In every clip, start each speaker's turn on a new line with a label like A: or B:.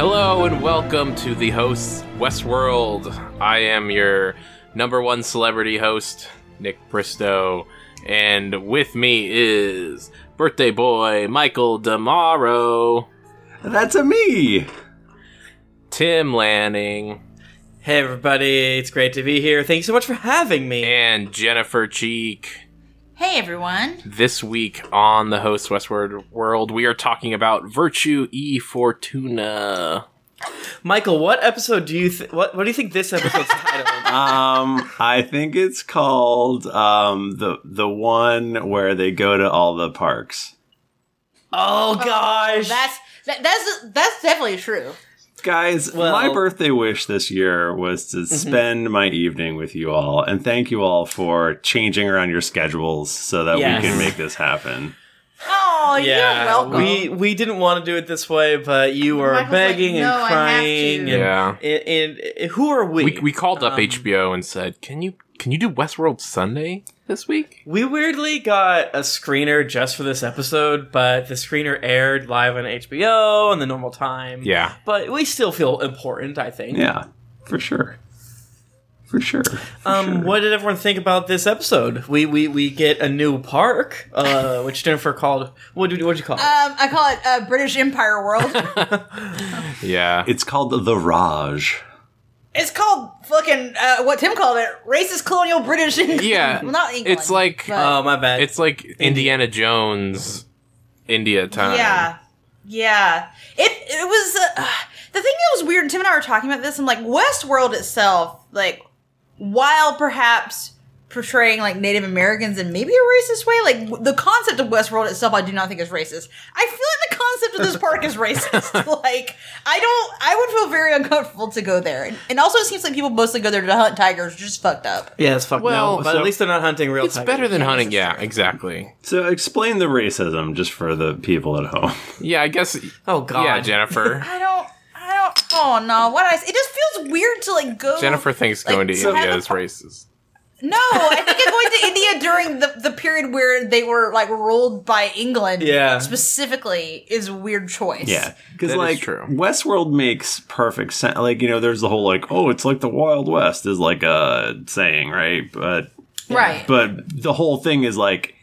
A: Hello and welcome to the hosts Westworld. I am your number one celebrity host, Nick Bristow, and with me is birthday boy Michael Damaro,
B: That's a me.
A: Tim Lanning,
C: Hey everybody, it's great to be here. Thank you so much for having me.
A: and Jennifer Cheek.
D: Hey everyone.
A: This week on the hosts Westward World, we are talking about Virtue e Fortuna.
C: Michael, what episode do you th- what what do you think this episode's title?
B: Um, I think it's called um the the one where they go to all the parks.
C: Oh gosh.
D: That's that, that's that's definitely true.
B: Guys,
C: Well- Mm-hmm.
B: my birthday wish this year was to spend my evening with you all, and thank you all for changing around your schedules so that
C: Yes.
B: we can make this happen.
D: Oh, you're welcome.
C: We we didn't want to do it this way, but you were
D: Michael's like,
C: begging
D: "No, I
C: and
D: have
C: crying
D: to."
C: and,
A: Yeah.
C: and, and- and who are we?
A: We, we called up
C: Um,
A: HBO and said, "Can you can you do Westworld Sunday this week?"
C: We weirdly got a screener just for this episode, but the screener aired live on HBO in the normal time.
A: Yeah.
C: But we still feel important, I think.
B: Yeah, for sure. For sure. For
C: Um,
B: sure.
C: what did everyone think about this episode? We we, we get a new park, uh, which Jennifer called. What did what you call? it?
D: Um, I call it uh, British Empire World.
A: Yeah.
B: It's called the Raj.
D: it's called fucking uh, what Tim called it, racist colonial British. England.
A: Yeah,
D: well, not England.
A: it's like,
D: but-
C: Oh my bad.
A: It's like Indiana Jones, India time.
D: yeah, yeah. It it was uh, the thing that was weird. Tim and I were talking about this, and like Westworld itself, like while perhaps portraying like Native Americans in maybe a racist way, like w- the concept of Westworld itself, I do not think is racist. I feel like the concept of this park is racist. like I don't, I would feel very uncomfortable to go there, and, and also it seems like people mostly go there to hunt tigers, which is fucked up.
C: yeah, it's fucked.
A: well,
C: no, but
A: so-
C: at least they're not hunting real.
A: It's
C: tigers.
A: better than hunting.
D: this is
A: Yeah,
D: true.
A: exactly.
B: So explain the racism just for the people at home.
A: Yeah, I guess.
C: Oh God.
A: Yeah, Jennifer.
D: I don't. I don't. Oh no! What did I? Say? It just feels weird to like go.
A: Jennifer thinks
D: Like,
A: going to
D: so-
A: India is racist.
D: No, I think I'm going to India during the, the period where they were like ruled by England.
C: Yeah.
D: specifically is a weird choice.
B: Yeah,
A: That
B: because
A: is
B: like
A: true.
B: Westworld makes perfect sense. Like you know, there's the whole like, oh, it's like the Wild West is like a saying, right? But
D: right.
B: but the whole thing is like,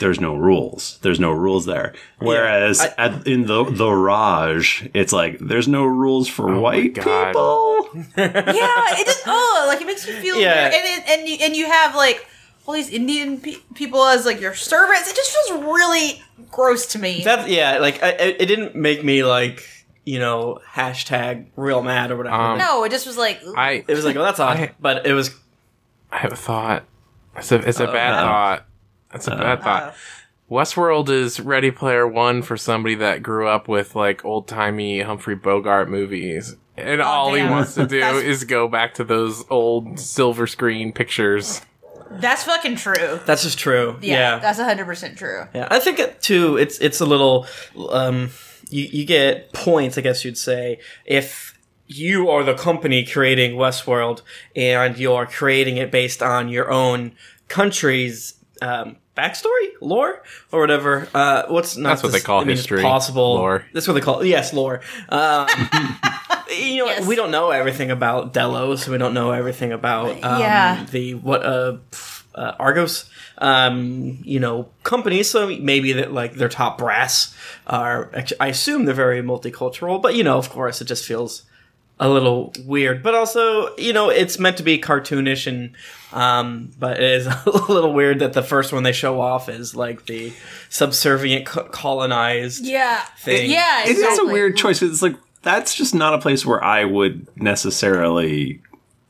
B: there's no rules. There's no rules there. Whereas at, in the the Raj, it's like there's no rules for white
A: Oh God.
B: people.
D: yeah, it just oh, like it makes you feel
C: Yeah.
D: weird, and it, and you and you have like all these Indian pe- people as like your servants. It just feels really gross to me.
C: That yeah, like I, I- it didn't make me like you know hashtag real mad or whatever.
A: Um,
D: no, it just was like ooh.
A: I
C: It was like, oh, that's odd,
A: I-
C: but it was
A: I have a thought. It's a it's a bad
B: no.
A: thought. It's a bad
D: Uh,
A: thought. Westworld is Ready Player One for somebody that grew up with like old timey Humphrey Bogart movies. And all he
D: Oh, damn.
A: wants to do
D: That's-
A: is go back to those old silver screen pictures.
D: that's fucking true.
C: that's just true.
D: Yeah,
C: yeah.
D: that's hundred percent true.
C: Yeah, I think it, too. It's it's a little. Um, you you get points, I guess you'd say, if you are the company creating Westworld and you're creating it based on your own country's um, backstory, lore, or whatever. Uh, what's not
A: That's what
C: to-
A: they call
C: I mean, it's
A: history,
C: Possible
A: lore.
C: That's what they call yes, lore. Um, you know,
D: Yes.
C: we don't know everything about Delos. We don't know everything about um,
D: Yeah.
C: the what uh, pff, uh Argos um you know companies so maybe that like their top brass are act- I assume they're very multicultural but you know of course it just feels a little weird but also you know it's meant to be cartoonish and um but it is a little weird that the first one they show off is like the subservient co- colonized
D: Yeah,
C: Thing.
D: yeah,
B: It is a
D: exactly.
B: weird choice. 'cause It's like that's just not a place where I would necessarily.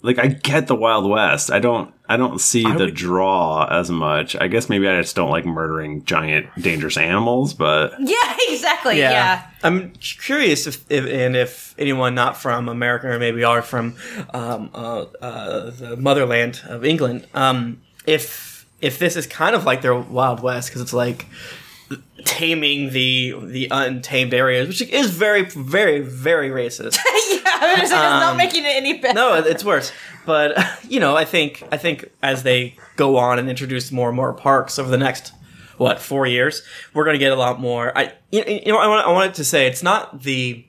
B: Like I get the Wild West. I don't. I don't see the draw as much. I guess maybe I just don't like murdering giant dangerous animals. But
D: Yeah, exactly. Yeah.
C: I'm curious if, if and if anyone not from America or maybe are from um, uh, uh, the motherland of England, um, if if this is kind of like their Wild West because it's like taming the the untamed areas, which is very very very racist.
D: yeah, I was just like, it's not making it any better.
C: Um, no, it's worse. But you know, I think I think as they go on and introduce more and more parks over the next what four years, we're going to get a lot more. I you, you know I want I wanted to say it's not the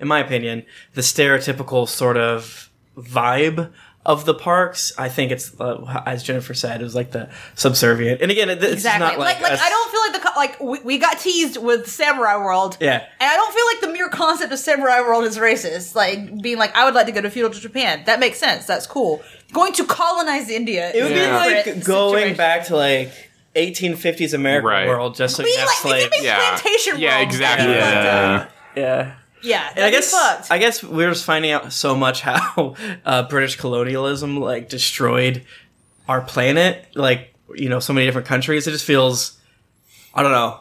C: in my opinion, the stereotypical sort of vibe of the parks. I think it's uh, as Jennifer said, it was like the subservient. And again, it- it's
D: Exactly.
C: not like
D: like,
C: a-
D: I don't feel like the co- like we, we got teased with Samurai World.
C: Yeah.
D: And I don't feel like the mere concept of Samurai World is racist. Like being like, I would like to go to feudal Japan. That makes sense. That's cool. Going to colonize India.
C: It would
D: is a
A: Yeah.
C: be like
D: different
C: going
D: situation.
C: back to like 1850s American
A: Right.
C: world, just so
D: Be
C: you have
D: like, we
C: slaves.
D: could make
A: Yeah.
D: plantation
A: Yeah,
D: world.
A: exactly.
D: That'd be fucked up.
B: Yeah.
C: yeah.
D: Yeah.
C: And I
D: that'd be
C: guess
D: fucked.
C: I guess we're just finding out so much how uh, British colonialism like destroyed our planet, like you know, so many different countries. It just feels, I don't know,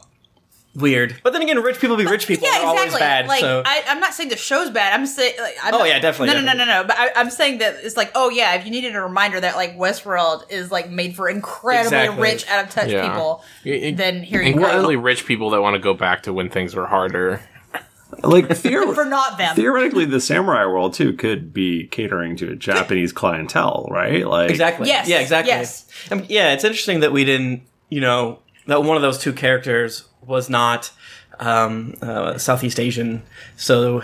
C: weird. But then again, rich people be rich people.
D: Yeah,
C: They're always
D: exactly.
C: bad.
D: like
C: so
D: I, I'm not saying the show's bad. I'm saying like I'm
C: Oh,
D: not-
C: yeah, definitely,
D: No, no, no, no, no. But I, I'm saying that it's like oh yeah, if you needed a reminder that like Westworld is like made for incredibly
C: Exactly.
D: rich, out of touch
A: Yeah.
D: people,
A: It-
D: then here you
A: incredibly
D: go.
A: rich people that want to go back to when things were harder.
B: Like theor-
D: For not them.
B: theoretically, the samurai world too could be catering to a Japanese clientele, right? Like
C: exactly.
D: Yes,
C: Yeah. Exactly.
D: yes.
C: Um, yeah, it's interesting that we didn't. You know, that one of those two characters was not um, uh, Southeast Asian. So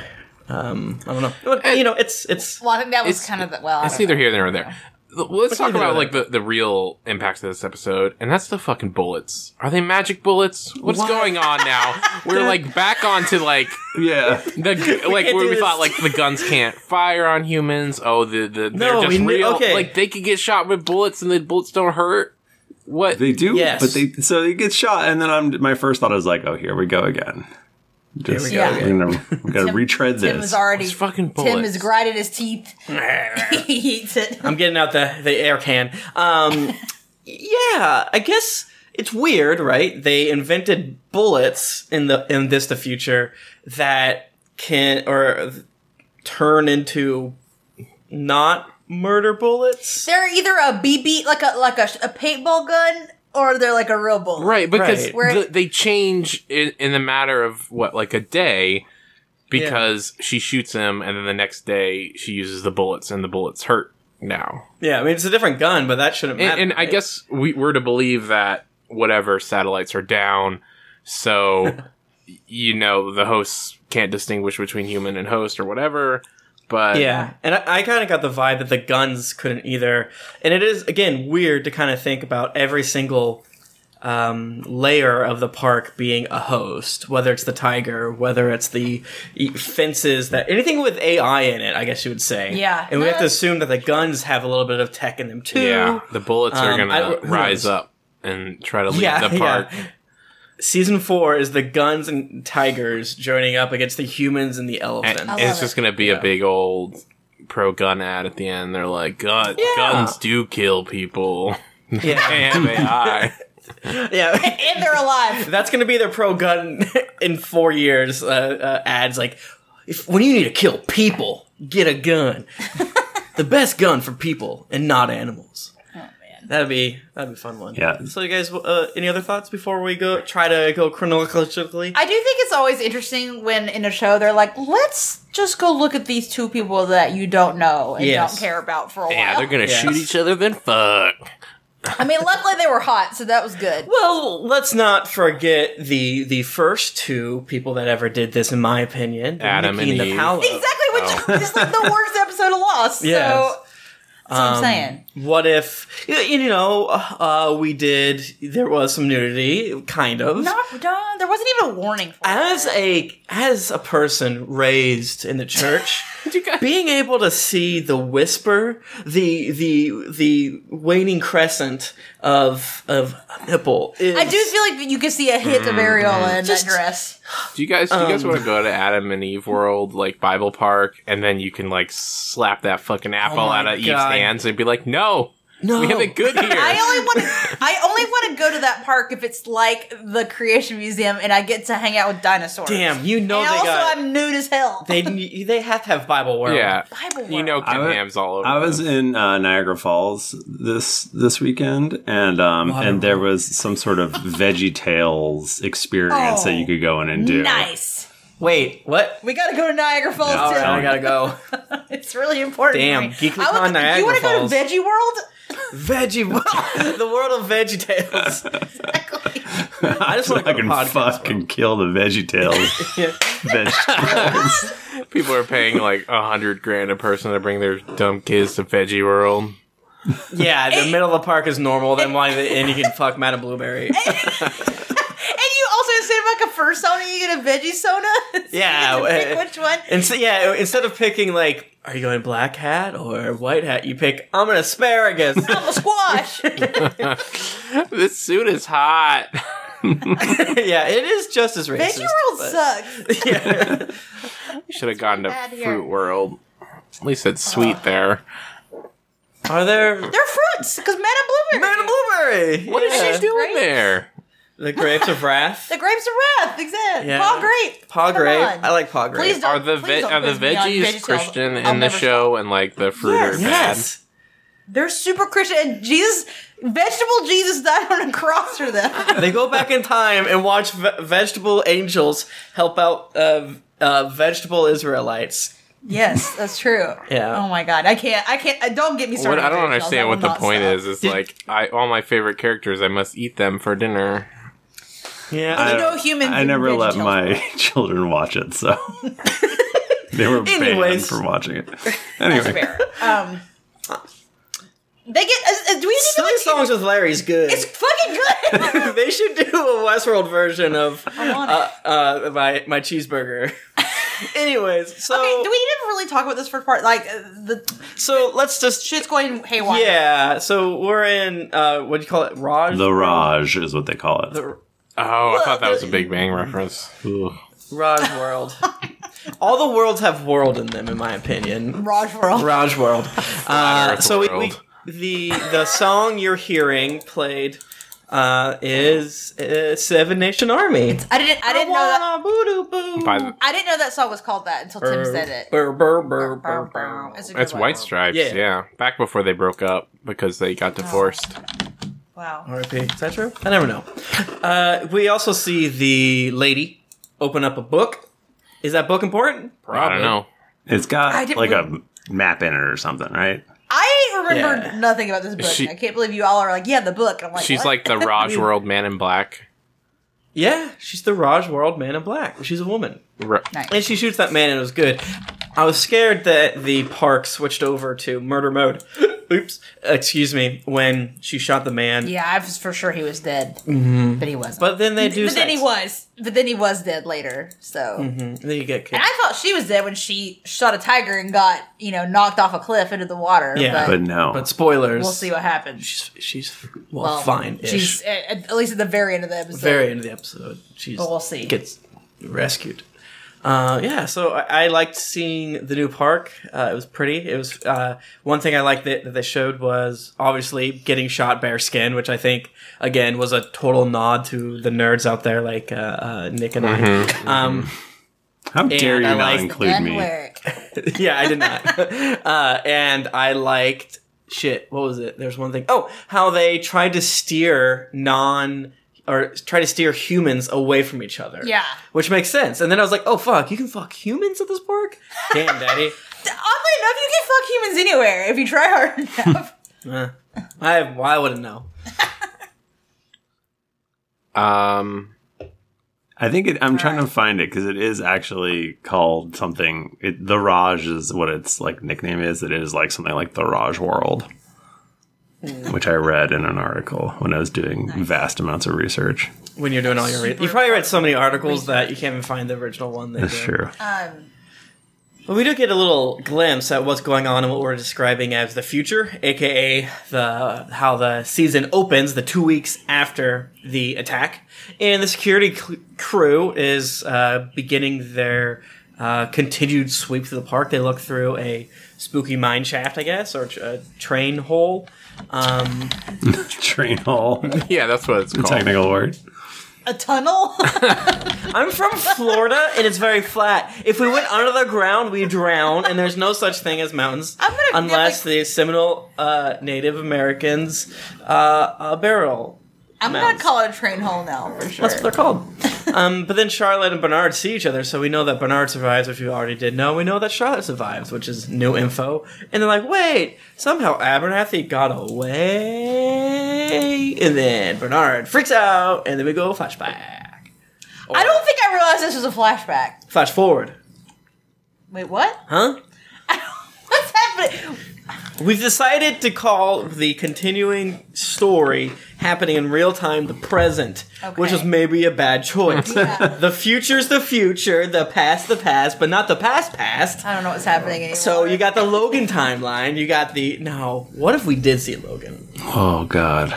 C: um, I don't know. But, you know, it's it's
D: well, I think that was
A: It's-
D: kind of the, well. I
A: It's
D: don't know.
A: neither here nor there. Well, Let's talk
C: neither
A: about
C: there.
A: like the, the real impact of this episode, and that's the fucking bullets. Are they magic bullets? What's
B: What?
A: going on now? We're like back onto like
B: yeah,
A: the g- like
C: can't
A: where
C: do
A: we
C: this.
A: thought like the guns can't fire on humans. Oh, the, the they're
C: No, we
A: just
C: knew-
A: real.
C: okay.
A: Like they could get shot with bullets, and the bullets don't hurt. What?
B: they do.
C: Yes.
B: but they so they get shot, and then I'm my first thought is like, oh, here we go again. Just,
C: we
D: go
B: we're gonna, we're gonna retread this.
D: Tim is already
A: It's fucking
D: Tim
A: bullets.
D: has grinded his teeth. he eats it.
C: I'm getting out the, the air can. Um, yeah, I guess it's weird, right? They invented bullets in the in this the future that can or turn into not murder bullets.
D: They're either a BB like a like a, a paintball gun or they're like a real bullet.
A: Right, because
C: Right.
D: Where-
A: the, they change in, in the matter of what, like a day, because she shoots him, and then the next day she uses the bullets, and the bullets hurt now.
C: Yeah, I mean it's a different gun, but that shouldn't matter.
A: And, and I
C: right?
A: guess we were to believe that whatever satellites are down, so you know the hosts can't distinguish between human and host or whatever. But
C: Yeah, and I, I kind of got the vibe that the guns couldn't either. And it is again weird to kind of think about every single um, layer of the park being a host, whether it's the tiger, whether it's the e- fences that anything with AI in it, I guess you would say.
D: Yeah.
C: and we have to assume that the guns have a little bit of tech in them too.
A: yeah, the bullets are
C: Um,
A: gonna
C: I- who
A: rise
C: knows?
A: up and try to leave
C: Yeah,
A: the
C: yeah.
A: park.
C: Season four is the guns and tigers joining up against the humans and the elephants.
A: And
D: I love
A: it's just
D: it.
A: gonna be
C: Yeah.
A: a big old pro gun ad at the end. They're like, "Gun,
C: Yeah.
A: guns do kill people."
C: yeah,
A: And they are.
C: yeah.
D: And they're alive.
C: That's going to be their pro gun in four years uh, uh, ads. Like, if, when you need to kill people, get a gun. the best gun for people and not animals.
D: Oh,
C: That'd be that'd be a fun one.
B: Yeah.
C: So you guys, uh, any other thoughts before we go? Try to go chronologically.
D: I do think it's always interesting when in a show they're like, let's just go look at these two people that you don't know and
C: Yes.
D: don't care about for a
A: Yeah,
D: while.
A: they're gonna
C: Yes.
A: shoot each other. Then fuck.
D: I mean, luckily they were hot, so that was good.
C: well, let's not forget the the first two people that ever did this, in my opinion,
A: Adam
C: Nikki
A: and Eve.
C: Apollo.
D: Exactly, which
A: Oh.
D: is like the worst episode of Lost.
C: Yes.
D: So that's what I'm
C: Um,
D: saying.
C: What if you- you know uh, we did? There was some nudity, kind of.
D: Not done. There wasn't even a warning for
C: as
D: it.
C: a as a person raised in the church being able to see the whisper the the the waning crescent of of a nipple is
D: I do feel like you could see a hint of areola in
C: Just-
D: that dress.
A: Do you guys? Do you guys want to go to Adam and Eve World, like Bible Park, and then you can like slap that fucking apple
C: my
A: out of Eve's
C: God.
A: hands and be like, "No,
C: no
A: we have it good here."
D: I only want to. I only want to go to that park if it's like the Creation Museum, and I get to hang out with dinosaurs.
C: damn you know
D: and
C: they
D: also,
C: got
D: I'm nude as hell.
C: they they have to have bible world
A: yeah,
D: Bible
A: you know,
D: World.
A: Kim
B: I wa-
A: Ham's all over.
B: I was in uh, Niagara Falls this this weekend, and um, and there was some sort of Veggie Tales experience that
D: Oh,
B: you could go in and do.
D: Nice.
C: wait what
D: We gotta go to Niagara Falls
C: all
D: too.
C: right i gotta go
D: It's really important.
C: Damn,
D: to me.
C: GeeklyCon
D: I would-
C: Niagara
D: You wanna
C: Falls.
D: go to Veggie World?
C: veggie the world of veggie tales i just want
B: I
C: to go to
B: can
C: podcast
B: fucking kill the Veggie Tales.
C: Yeah.
B: veg-
A: People are paying like a hundred grand a person to bring their dumb kids to Veggie World.
C: Yeah, the middle of the park is normal. Then why? And you can fuck Madame Blueberry.
D: And you also instead of like a first sauna, you get a veggie sauna.
C: Yeah,
D: you get to pick
C: uh,
D: which one.
C: And so yeah, instead of picking like, are you going black hat or white hat? You pick I'm an asparagus.
D: I'm a squash.
A: This suit is hot.
C: yeah, it is just as racist.
D: Veggie World
C: but-
D: sucks.
C: Yeah.
A: Should have gone to
D: bad here.
A: Fruit World. At least it's sweet there.
C: Are there
D: They're fruits because Madame Blueberry.
C: Madame Blueberry?
A: What is
C: Yeah.
A: she doing
D: Grapes?
A: there?
C: The grapes of wrath.
D: The grapes of wrath. Exactly.
C: Yeah.
D: Paul grape.
C: Paw
D: Come
C: grape.
D: on.
C: I like paw grape.
D: Please don't-
A: Are the
D: please
A: ve-
D: don't
A: are the
D: quiz me on
A: veggies
D: veggie
A: Christian
D: salad. I'll
A: in the
D: never
A: show and like the fruit are
D: Yes.
A: bad?
C: Yes.
D: They're super Christian. And Jesus, vegetable Jesus died on a cross for them.
C: they go back in time and watch ve- vegetable angels help out uh, uh, vegetable Israelites.
D: yes, that's true.
C: Yeah.
D: Oh my God, I can't. I can't. uh, Don't get me
A: What
D: started.
A: I don't
D: on vegetables. I
A: understand
D: will
A: what the
D: not
A: point
D: stop.
A: is. It's
C: Did-
A: like I all my favorite characters. I must eat them for dinner.
C: Yeah.
D: You
B: I-
D: know, humans.
B: I
D: eat
B: never let
D: vegetables.
B: my children watch it, so they were banned
C: Anyways.
B: from watching it. Anyway,
D: Fair. Um, they get. Uh, uh, do we need to
C: Silly songs with Larry's good.
D: It's fucking good.
C: they should do a Westworld version of
D: I want it.
C: uh, uh, my my cheeseburger. Anyways, so
D: okay, do we even really talk about this first part? Like uh, the
C: so let's just
D: shit's going haywire.
C: yeah. So we're in uh, what do you call it? Raj.
B: the Raj is what they call it.
C: The-
A: Oh, I thought that was a Big Bang reference. Ugh.
C: Raj world. All the worlds have world in them, in my opinion.
D: Raj World.
C: Raj world. Uh,
A: Earth
C: so we, we
A: world.
C: the the song you're hearing played uh, is uh, Seven Nation Army.
D: I didn't. I didn't know that.
C: Boo-doo-boo.
A: By the-
D: I didn't know that song was called that until Tim said it.
C: Burr, burr, burr, burr,
D: Bow,
C: burr.
D: bow. It's a good
A: It's
D: one.
A: White Stripes,
C: Yeah.
A: yeah. Back before they broke up because they got
D: Oh,
A: divorced.
D: Wow.
C: RIP. Is that true? I never know. Uh, we also see the lady open up a book. Is that book important?
A: I don't know.
B: It's
D: I
B: got
D: didn't
B: like a map in it or something, right?
D: I remembered
C: Yeah.
D: nothing about this book.
A: She-
D: I can't believe you all are like, yeah, the book. I'm like,
A: She's
D: what?
A: like the Raj World Man in Black.
C: Yeah, she's the Raj World Man in Black. She's a woman.
A: Ra-
D: Nice.
C: And she shoots that man, and it was good. I was scared that the park switched over to murder mode. Oops. Excuse me. When she shot the man.
D: Yeah, I was for sure he was dead, but he wasn't.
C: Mm-hmm. But then they do
D: but then he
C: sex.
D: was. But then he was dead later. So
C: Mhm. Then you get killed.
D: And I thought she was dead when she shot a tiger and got you know knocked off a cliff into the water.
C: Yeah.
D: but,
B: But no,
C: But spoilers.
D: we'll see what happens.
C: She's, she's well,
D: Well,
C: fine.
D: She's at, at least at the very end of the episode.
C: very end of the episode. She's
D: But we'll see.
C: gets rescued. Uh, yeah, so I, I liked seeing the new park. Uh, it was pretty. It was uh, one thing I liked that, that they showed was obviously getting shot bare skin, which I think again was a total nod to the nerds out there, like uh, uh, Nick and I. Um,
B: how dare
C: and
B: you
C: I
B: not
C: like-
B: include
D: Gun
B: me?
D: work.
C: yeah, I did not. uh, and I liked shit. What was it? There's one thing. Oh, how they tried to steer non or try to steer humans away from each other.
D: Yeah.
C: Which makes sense. And then I was like, oh fuck, you can fuck humans at this park? Damn, daddy.
D: Oddly enough, you can fuck humans anywhere if you try hard enough.
C: Eh, I I wouldn't know.
A: Um,
B: I think it, I'm trying to find it because it is actually called something. It, the Raj is what its like nickname is. It is like something like the Raj World, which I read in an article when I was doing vast amounts of research.
C: When you're doing all your reading. You probably read so many articles that you can't even find the original one they
B: That's
C: did.
B: true.
D: Um,
C: But we do get a little glimpse at what's going on and what we're describing as the future, aka the how the season opens the two weeks after the attack, and the security cl- crew is uh, beginning their uh, continued sweep through the park. They look through a spooky mine shaft, I guess, or tr- a train hole. Um,
B: Train hall,
A: yeah, that's what it's called.
B: technical word.
D: a tunnel.
C: I'm from Florida, and it's very flat. If we went under the ground, we drown, and there's no such thing as mountains
D: I'm gonna-
C: unless the Seminole uh, Native Americans uh, uh, barrel.
D: I'm gonna
C: Mounds.
D: call it a train hole now for sure.
C: That's what they're called. um, but then Charlotte and Bernard see each other, so we know that Bernard survives, which we already did know. We know that Charlotte survives, which is new info. And they're like, wait, somehow Abernathy got away. And then Bernard freaks out, and then we go flashback.
D: I don't think I realized this was a flashback.
C: Flash forward.
D: Wait, what?
C: Huh?
D: What's happening?
C: We've decided to call the continuing story happening in real time the present, which
D: Okay.
C: is maybe a bad choice. the future's the future, the past the past, but not the past past.
D: I don't know what's happening anymore.
C: So you got the Logan timeline, you got the no, what if we did see Logan?
B: Oh God.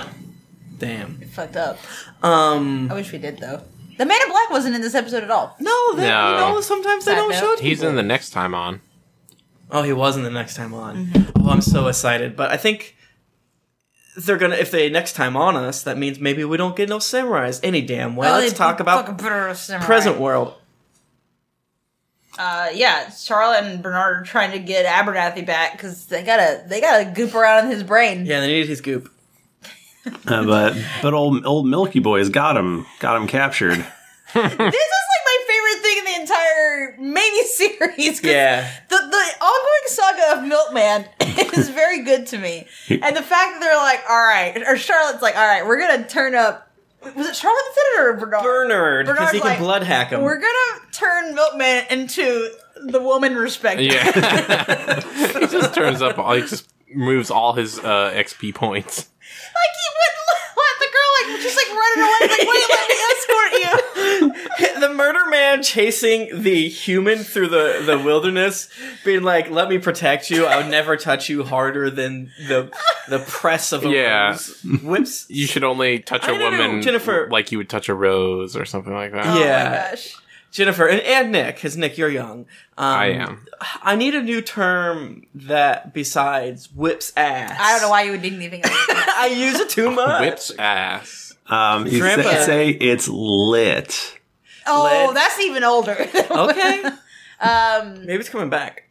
C: Damn.
D: fucked up.
C: Um
D: I wish we did though. The Man in Black wasn't in this episode at all.
C: no, that, you
A: No.
C: know, sometimes they
D: Side
C: don't
D: note.
C: show it. to
A: He's
C: people.
A: in the next time on.
C: Oh, he wasn't the next time on.
D: Mm-hmm.
C: Oh, I'm so excited. But I think they're gonna if they next time on us, that means maybe we don't get no samurais any damn way. Let's talk about present world.
D: Uh, yeah, Charlotte and Bernard are trying to get Abernathy back because they gotta they gotta goop around in his brain.
C: Yeah, they needed his goop.
B: Uh, but but old old Milky Boy's got him got him captured.
D: This is like my favorite thing in the entire miniseries. 'cause
C: Yeah.
D: the the ongoing saga of Milkman is very good to me, and the fact that they're like, all right, or Charlotte's like, all right, we're gonna turn up. Was it Charlotte that said it or Bernard?
C: Bernard, because
D: Bernard's
C: he can
D: like,
C: blood hack him.
D: We're gonna turn Milkman into the woman respecter.
A: Yeah. he just turns up, all, he just moves all his uh, XP points.
D: Like he wouldn't let the girl like just like running away. Like, wait, let me escort you.
C: the murder man chasing the human through the, the wilderness, being like, "Let me protect you. I'll never touch you harder than the the press of a
A: Yeah.
C: rose." Whips.
A: You should only touch a
C: I don't know,
A: woman
C: Jennifer.
A: like you would touch a rose or something like that.
D: Oh my
C: Yeah.
D: gosh.
C: Jennifer and, and Nick, because Nick, you're young. Um,
A: I am.
C: I need a new term that besides whips ass.
D: I don't know why you would need anything. Else.
C: I use it too much.
A: Whips ass.
B: Um, you say,
C: Grandpa.
B: say it's lit.
D: Oh,
C: Lead.
D: that's even older.
C: Okay,
D: um,
C: maybe it's coming back.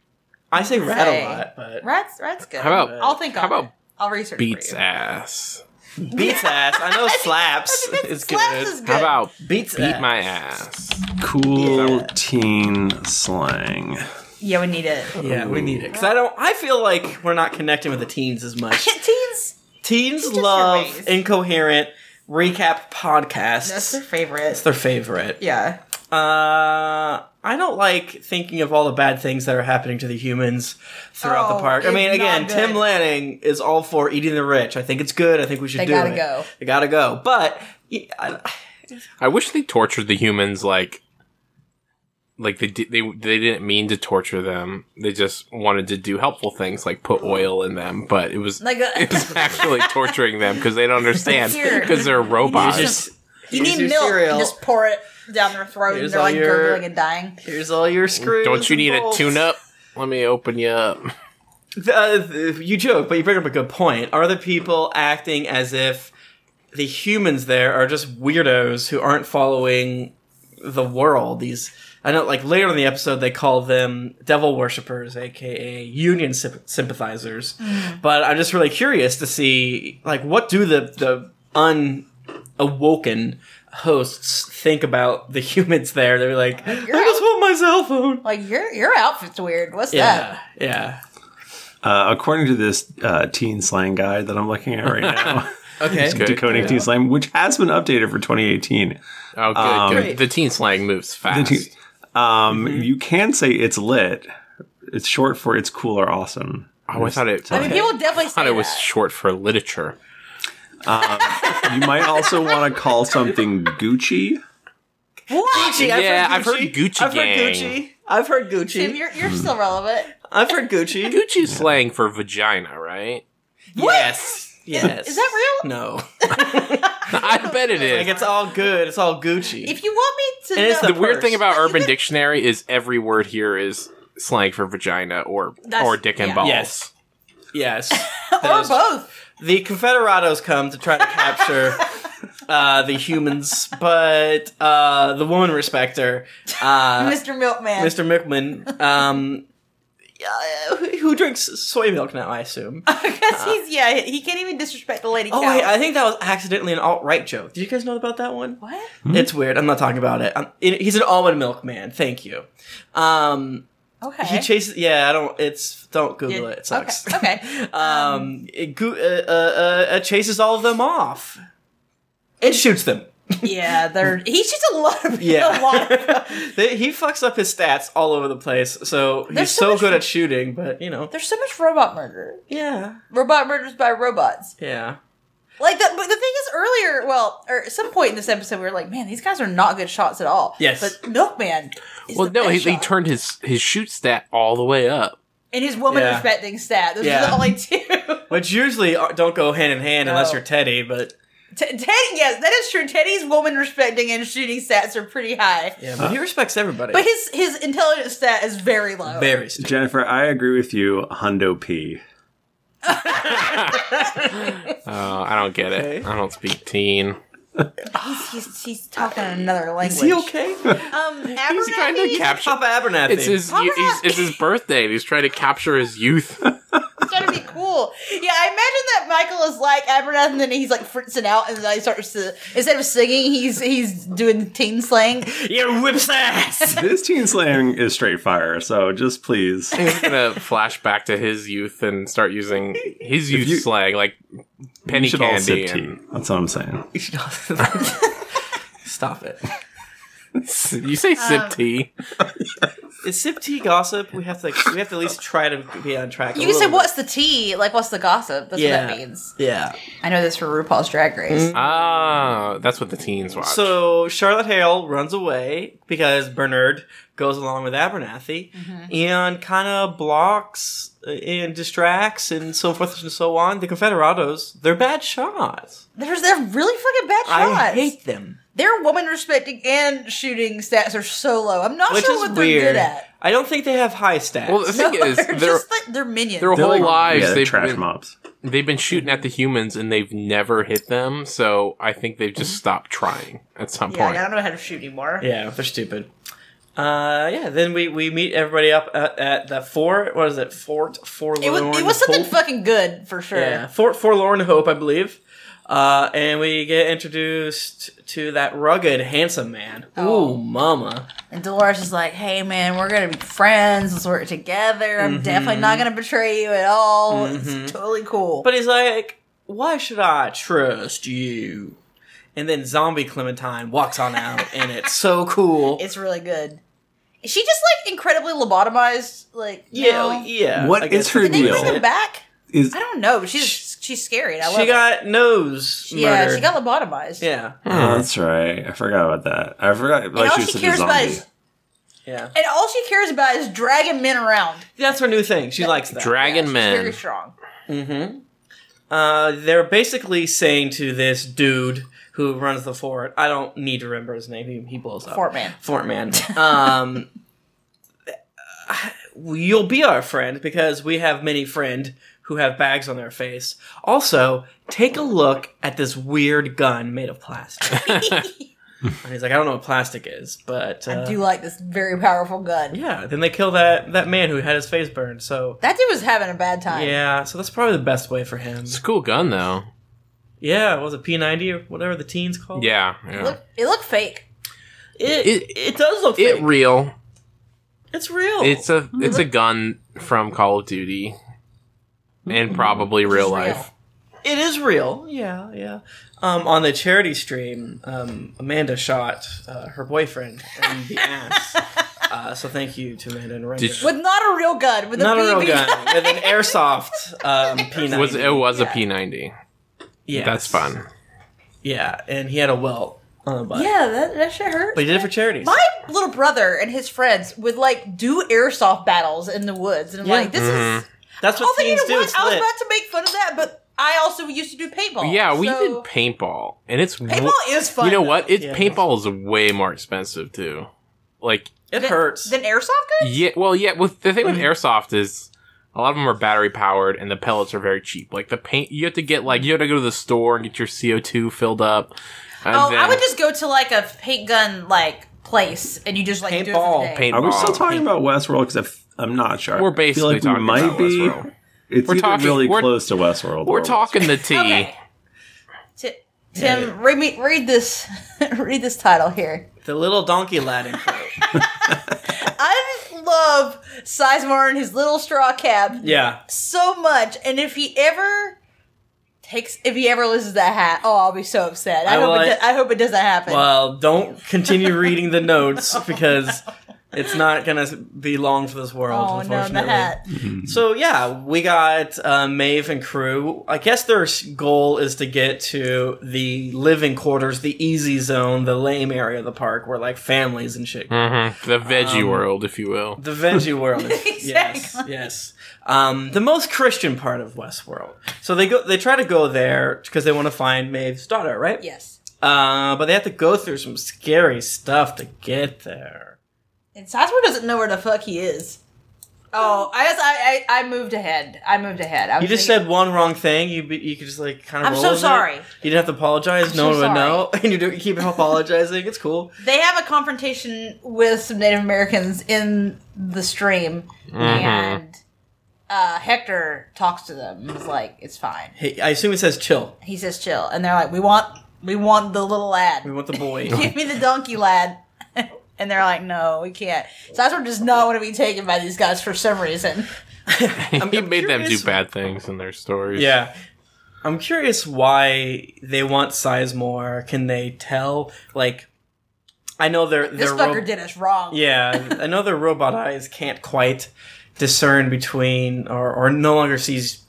C: I say rat
D: Say.
C: a lot, but
D: rats, rats good.
A: How about-
D: I'll think.
A: how
D: on
A: about
D: it. I'll research.
A: Beats
D: for you.
A: ass.
C: beats ass. I know slaps is good.
D: Slaps is good.
A: How about
C: Beats
A: beat
C: ass.
A: my ass?
B: Cool teen slang.
D: yeah, we need it.
C: Yeah, we need it because I don't. I feel like we're not connecting with the teens as much.
D: Teens,
C: teens
D: just your
C: love
D: race.
C: incoherent recap podcasts.
D: that's their favorite.
C: It's their favorite.
D: yeah,
C: Uh, I don't like thinking of all the bad things that are happening to the humans throughout
D: Oh,
C: the park. I mean,
D: it's not
C: again, Tim
D: good.
C: Lanning is all for eating the rich. I think it's good. I think we should
D: They
C: do
D: gotta
C: it.
D: go.
C: They gotta go. But yeah, I-
A: I wish they tortured the humans like like they did, they they didn't mean to torture them. They just wanted to do helpful things like put oil in them, but it was
D: like
A: it
D: a,
A: was actually torturing them because they don't understand
D: Here.
A: because they're robots.
C: just
D: you
C: here's
D: need
C: your
D: milk.
C: cereal.
D: And just pour it down their throat,
C: Here's
D: and they're
C: all
D: like
C: your-
D: gurgling and dying.
C: here's all your screws.
A: don't you
C: and
A: need a
C: bolts.
A: tune up? Let me open you up.
C: Uh, th- you joke, but you bring up a good point. Are the people acting as if the humans there are just weirdos who aren't following the world? These, I know, like later in the episode, they call them devil worshippers, aka union symp- sympathizers. But I'm just really curious to see, like, what do the the unawoken hosts think about the humans there? They're like, I just want my cell phone.
D: Like your your outfit's weird. What's that?
C: Yeah, yeah.
B: Uh, according to this uh, teen slang guide that I'm looking at right now,
C: Okay.
A: good.
B: decoding teen slang, which has been updated for 2018.
A: Oh, good,
C: Great.
A: good. The teen slang moves fast.
B: teen- Um,
A: Mm-hmm.
B: You can say it's lit. It's short for it's cool or awesome.
A: oh, I thought it.
D: I mean, people definitely
A: I
D: say
A: thought it was
D: that.
A: short for literature.
B: You might also want to call something Gucci.
D: What?
C: Gucci. I've
A: Yeah,
C: heard
A: I've heard Gucci
C: I've heard
A: Gang.
C: Gucci. I've heard
D: Tim,
C: Gucci.
D: you're, you're still relevant.
C: I've heard Gucci.
A: Gucci slang for vagina, right?
C: Yes. Yes.
D: Is that real?
C: No.
A: I bet it
C: Like
A: is.
C: it's all good. It's all Gucci.
D: If you want me to
C: It is
D: know,
A: The weird thing about
D: Like,
A: Urban
D: you-
A: Dictionary is every word here is slang for vagina or
D: That's-
A: or dick and
D: yeah.
A: balls.
C: Yes. yes. That
D: or
C: is-
D: both.
C: The Confederados come to try to capture uh, the humans, but uh, the woman respecter, uh,
D: Mr. Milkman.
C: Mr. Mickman, um, uh, who, who drinks soy milk now, I assume.
D: Oh, Because he's yeah, he can't even disrespect the lady
C: Oh,
D: cow.
C: wait, I think that was accidentally an alt right joke. Did you guys know about that one?
D: what?
C: It's weird. I'm not talking about it. I'm, it he's an almond milk man. Thank you. Um,
D: Okay.
C: he chases. Yeah, I don't. It's don't Google it. It sucks.
D: Okay. okay.
C: Um, it go, uh, uh, uh, uh, chases all of them off and shoots them.
D: yeah, they're he shoots a lot of
C: Yeah.
D: a lot of
C: They, he fucks up his stats all over the place. So
D: There's
C: he's
D: so
C: so,
D: much-
C: good at shooting, but you know.
D: There's so much robot murder.
C: Yeah.
D: Robot murders by robots.
C: Yeah.
D: Like the, but the thing is, earlier, well, or at some point in this episode, we were like, man, these guys are not good shots at all.
C: Yes.
D: but Milkman. Is
A: Well,
D: the
A: no,
D: best
A: he, he
D: shot.
A: turned his his shoot stat all the way up.
D: and his woman
C: Yeah.
D: respecting stat. Those
C: Yeah.
D: are the only two.
C: Which usually are- don't go hand in hand unless
D: No.
C: you're Teddy, but
D: T- Teddy, yes, that is true. Teddy's woman respecting and shooting stats are pretty high,
C: yeah, but he respects everybody.
D: but his his intelligence stat is very low.
C: Very strict.
B: Jennifer, I agree with you. Hundo P.
A: Oh, I don't get it.
C: Okay.
A: I don't speak teen.
D: He's, he's, he's talking another language.
C: Is he okay?
D: Um,
A: He's trying to
D: Abernathy-
A: capture.
C: Papa Abernathy.
A: It's his.
D: Papa-
A: He's, it's his birthday. and He's trying to capture his youth.
D: It's gotta be cool. Yeah, I imagine that Michael is like Abernathy, and then he's like fritzing out, and then he starts to instead of singing, he's he's doing teen slang.
C: you whips ass.
B: This teen slang is straight fire, so just please.
A: He's gonna flash back to his youth and start using his youth
B: you-
A: slang, like penny
B: you should all
A: candy
B: sip tea.
A: and
B: That's what I'm saying.
C: Stop it.
A: You say sip tea.
C: Is sip tea gossip? We have to like, we have to at least try to be on track. a
D: You can say
C: little
D: what's the tea, like what's the gossip? That's
C: bit.
D: what that means.
C: Yeah. Mm-hmm.
D: I know this for RuPaul's Drag Race.
A: Ah, that's what the teens watch.
C: So Charlotte Hale runs away because Bernard goes along with Abernathy
D: Mm-hmm.
C: and kind of blocks uh, and distracts and so forth and so on. The Confederados, they're bad shots.
D: There's they're really fucking bad shots.
C: I hate them.
D: Their woman respecting and shooting stats are so low. I'm not
C: Which
D: sure
C: is
D: what they're
C: weird.
D: good at.
C: I don't think they have high stats.
A: well, the thing is,
D: they're
A: their
D: just like they're minions.
A: their whole lives
B: yeah,
A: they've
B: trash
A: been,
B: mops.
A: they've been shooting at the humans and they've never hit them. So I think they've just stopped trying at some
D: Mm-hmm. yeah,
A: point.
D: I don't know how to shoot anymore.
C: yeah, they're stupid. Uh, yeah. Then we, we meet everybody up at, at the fort. What is it? Fort Forlorn.
D: It was it was something
C: Hope?
D: fucking good for sure.
C: Yeah, Fort Forlorn Hope, I believe. Uh, and we get introduced to that rugged, handsome man.
D: Oh.
C: Ooh, mama.
D: And Dolores is like, "Hey man, we're gonna be friends. Let's work together. I'm
C: Mm-hmm.
D: definitely not gonna betray you at all. It's totally cool."
C: But he's like, why should I trust you? And then Zombie Clementine walks on out, and it's so cool.
D: it's really good. Is she just like incredibly lobotomized? Like, you
C: yeah,
D: know?
C: yeah.
B: What
C: I guess
B: is her
D: Did they
B: deal?
D: bring them back?
B: Is
D: I don't know. But she's she's scary. and I love
C: She
D: it.
C: got nose
D: yeah,
C: murdered.
D: she got lobotomized.
C: yeah,
B: Oh, that's right. I forgot about that. I forgot.
D: And
B: Like
D: all
B: she was
D: she
B: such a
D: cares about
B: zombie.
D: is
C: yeah.
D: and all she cares about is dragging men around.
C: That's her new thing. She likes that.
A: Dragon
D: Yeah, she's
A: men.
D: very strong.
C: Uh, they're basically saying to this dude who runs the fort, I don't need to remember his name. He, he blows up.
D: Fort man.
C: Fort man. Um, you'll be our friend because we have many friend who have bags on their face. Also, take a look at this weird gun made of plastic. and he's like, I don't know what plastic is, but uh,
D: I do like this very powerful gun.
C: yeah. Then they kill that that man who had his face burned. So.
D: That dude was having a bad time.
C: Yeah, so that's probably the best way for him.
A: it's a cool gun though.
C: Yeah, was it P ninety or whatever the teens called?
A: Yeah, yeah.
D: Look, it looked fake.
C: It,
A: It-
C: it, does look
A: it
C: fake.
A: real.
C: it's real.
A: It's a
D: Mm-hmm.
A: it's a gun from Call of Duty, and probably real
D: Mm-hmm. real.
A: life.
C: it is real. Yeah, yeah. Um, on the charity stream, um, Amanda shot uh, her boyfriend in the ass. Uh, so thank you to Amanda and Ranger.
A: Did she-
D: With not a real gun. With
C: Not
D: a,
C: a real
D: BB
C: gun with an airsoft um, P ninety.
A: Was it was a P ninety?
C: Yes.
A: That's fun.
C: Yeah, and he had a welt on the butt.
D: Yeah, that, that shit hurts.
C: but he did it for charities.
D: My little brother and his friends would like do airsoft battles in the woods, and I'm
C: Yeah.
D: like, this
A: Mm-hmm.
D: is.
C: That's what
D: Although you
C: teens
D: know
C: do.
D: what,
C: It's
D: I was
C: lit.
D: about to make fun of that, but I also used to do paintball.
A: Yeah, we
D: so-
A: did paintball, and it's w-
D: Paintball is fun.
A: you know what? It's
C: Yeah.
A: paintball is way more expensive too. Like
C: it hurts.
D: Then airsoft gun?
A: yeah, well yeah. With the thing with
B: Mm.
A: airsoft is a lot of them are battery powered, and the pellets are very cheap. Like the paint, you have to get like you have to go to the store and get your CO two filled up. And
D: Oh, I
A: then
D: would just go to like a paint gun like place, and you just like do it for
C: Paintball.
D: the day.
A: paintball.
B: Are we still talking about Westworld? Because I'm not sure.
A: We're
B: I feel
A: basically
B: like we
A: talking
B: might
A: about
B: be.
A: Westworld.
B: It's
A: We're
B: either
A: talking-
B: really
A: we're-
B: close to Westworld.
A: We're
B: or-
A: talking the tea.
D: Okay. Ti- Tim, read me read this read this title here.
C: the little donkey lad info.
D: I love Sizemore and his little straw cap
C: yeah.
D: so much, and if he ever takes if he ever loses that hat. Oh, I'll be so upset. I,
C: I
D: hope
C: like-
D: it do- I hope it doesn't happen.
C: Well, don't continue reading the notes because it's not going to be long for this world,
D: oh no,
C: unfortunately.
D: the hat.
C: So yeah, we got uh, Maeve and crew. I guess their s- goal is to get to the living quarters, the easy zone, the lame area of the park where like families and shit.
A: Mm-hmm. The
B: Um,
A: veggie world, if you will.
C: The veggie world. Yes,
D: Exactly.
C: yes. Um, the most Christian part of Westworld. So they go. They try to go there because they want to find Maeve's daughter, right?
D: Yes.
C: Uh, but they have to go through some scary stuff to get there.
D: And Sasmo doesn't know where the fuck he is. Oh, I guess I, I, I moved ahead. I moved ahead. I
C: You
D: was
C: just
D: thinking-
C: said one wrong thing. You be, you could just like kind of.
D: I'm so sorry.
C: You didn't have to apologize. no
D: so
C: one would
D: sorry.
C: know, and you, do, you keep apologizing. It's cool.
D: they have a confrontation with some Native Americans in the stream,
C: Mm-hmm.
D: and uh, Hector talks to them. He's like, "It's fine."
C: Hey, I assume it says chill.
D: He says, "Chill," and they're like, "We want, we want the little lad.
C: We want the boy.
D: Give me the donkey lad." and they're like, "No, we can't." Sasmo does not want to be taken by these guys for some reason.
A: he
C: I'm
A: made them do
C: curious-
A: bad things in their stories.
C: yeah. I'm curious why they want Sizemore. Can they tell? Like, I know they're
D: This
C: they're
D: fucker
C: ro-
D: did us wrong.
C: Yeah, I know their robot eyes can't quite discern between, or, or no longer sees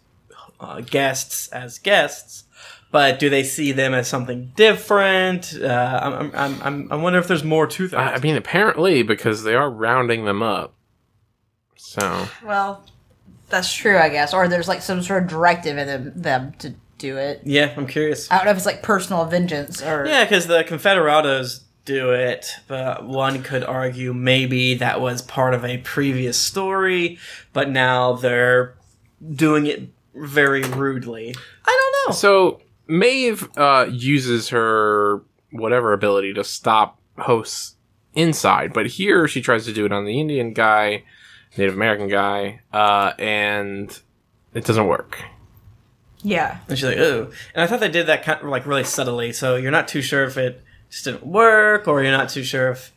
C: uh, guests as guests. But do they see them as something different? Uh, I'm, I'm- I'm, I'm, I wonder if there's more to that.
A: I I mean, apparently, because they are rounding them up. So,
D: Well, that's true, I guess. Or there's like some sort of directive in them, them to do it.
C: yeah, I'm curious.
D: I don't know if it's like personal vengeance or
C: Yeah, because the Confederados do it, but one could argue maybe that was part of a previous story, but now they're doing it very rudely. I don't know.
A: so Maeve uh, uses her whatever ability to stop hosts inside, but here she tries to do it on the Indian guy, Native American guy, uh, and it doesn't work.
D: yeah.
C: And she's like, ooh. And I thought they did that kind of like really subtly, so you're not too sure if it just didn't work, or you're not too sure if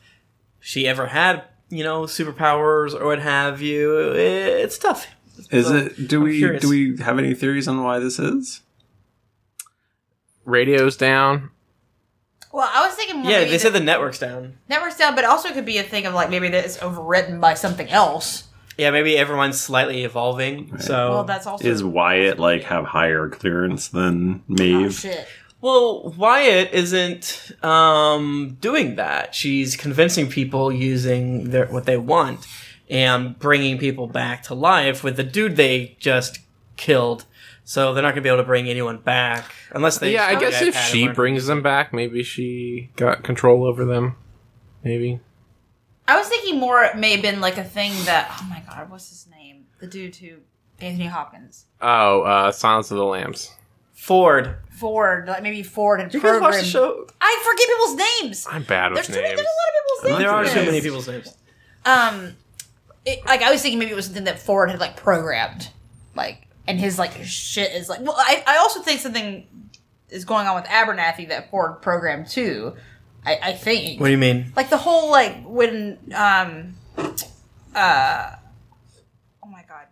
C: she ever had, you know, superpowers or what have you. It's tough.
B: Is
C: So,
B: it? Do
C: I'm
B: we
C: curious.
B: do we have any theories on why this is?
A: Radio's down.
D: Well, I was thinking. More
C: Yeah,
D: maybe
C: they said
D: that-
C: the network's down.
D: network's down, but also it could be a thing of like maybe that it's overwritten by something else.
C: Yeah, maybe everyone's slightly evolving. So
D: Well, that's also
B: Is Wyatt like have higher clearance than
D: oh,
B: Maeve?
D: shit.
C: Well, Wyatt isn't um, doing that. She's convincing people using their, what they want and bringing people back to life with the dude they just killed. So they're not going to be able to bring anyone back unless they.
A: yeah, I
C: just get
A: guess
C: an
A: if
C: iPad
A: she
C: and learn.
A: brings them back, maybe she got control over them. Maybe.
D: I was thinking more it may have been like a thing that oh my god, what's his name? The dude who Anthony Hopkins.
A: Oh, uh, Silence of the Lambs.
C: Ford,
D: Ford, like maybe Ford and
C: you guys watch
D: program.
C: the show?
D: I forget people's names.
A: I'm bad
D: There's
A: with
D: too many,
A: names.
D: there's a lot of people's names.
C: There are
D: in
C: too
D: this.
C: many people's names.
D: um it, like i was thinking maybe it was something that ford had like programmed like and his like shit is like well i, I also think something is going on with abernathy that ford programmed too i, I think
C: What do you mean?
D: like the whole like when um uh oh my god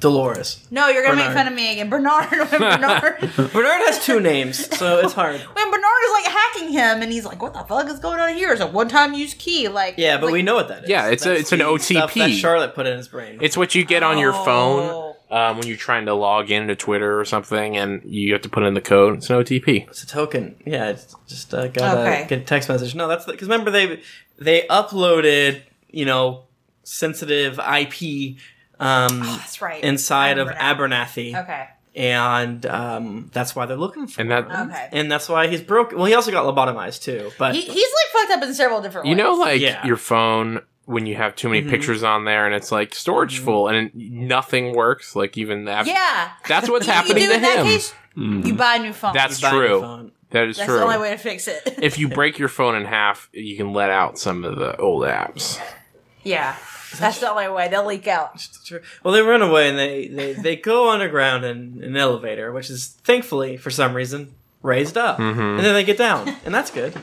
C: Dolores.
D: no you're gonna
C: Bernard.
D: make fun of me again bernard when bernard
C: Bernard has two names, so it's hard.
D: when bernard is like hacking him and he's like what the fuck is going on here it's a one-time use key like
C: Yeah, but
D: like,
C: we know what that is.
A: Yeah, it's a-
C: That's
A: it's an
C: the Stuff that
A: OTP.
C: Charlotte put in his brain.
A: It's what you get on your phone
D: Oh.
A: um, when you're trying to log into Twitter or something, and you have to put in the code. It's an OTP.
C: It's a token. Yeah, it's just uh, got
D: Okay.
C: a get a text message. No, that's because remember they they uploaded you know sensitive IP um,
D: Oh, that's right
C: inside of
D: Abernathy.
C: Abernathy,
D: okay
C: and um, that's why they're looking for.
A: And
C: him.
A: that,
D: okay
C: and that's why he's broken. Well, he also got lobotomized too. But
D: He, he's like fucked up in several different
A: you
D: ways.
A: know, like
C: Yeah. Mm-hmm.
A: your phone when you have too many pictures on there, and it's like storage full, and nothing works. Like even that.
D: yeah,
A: That's what's
D: You-
A: happening
D: you do
A: to
D: in that
A: him.
D: case, you buy a new phone.
A: That's
C: buying the
A: true.
C: phone.
A: That is
D: That's
A: true.
D: the only way to fix it.
A: if you break your phone in half, you can let out some of the old apps.
D: yeah, that's the only way they'll leak out.
C: It's true. Well, they run away and they they, they go underground in an elevator, which is thankfully for some reason raised up,
A: Mm-hmm.
C: and then they get down, and that's good.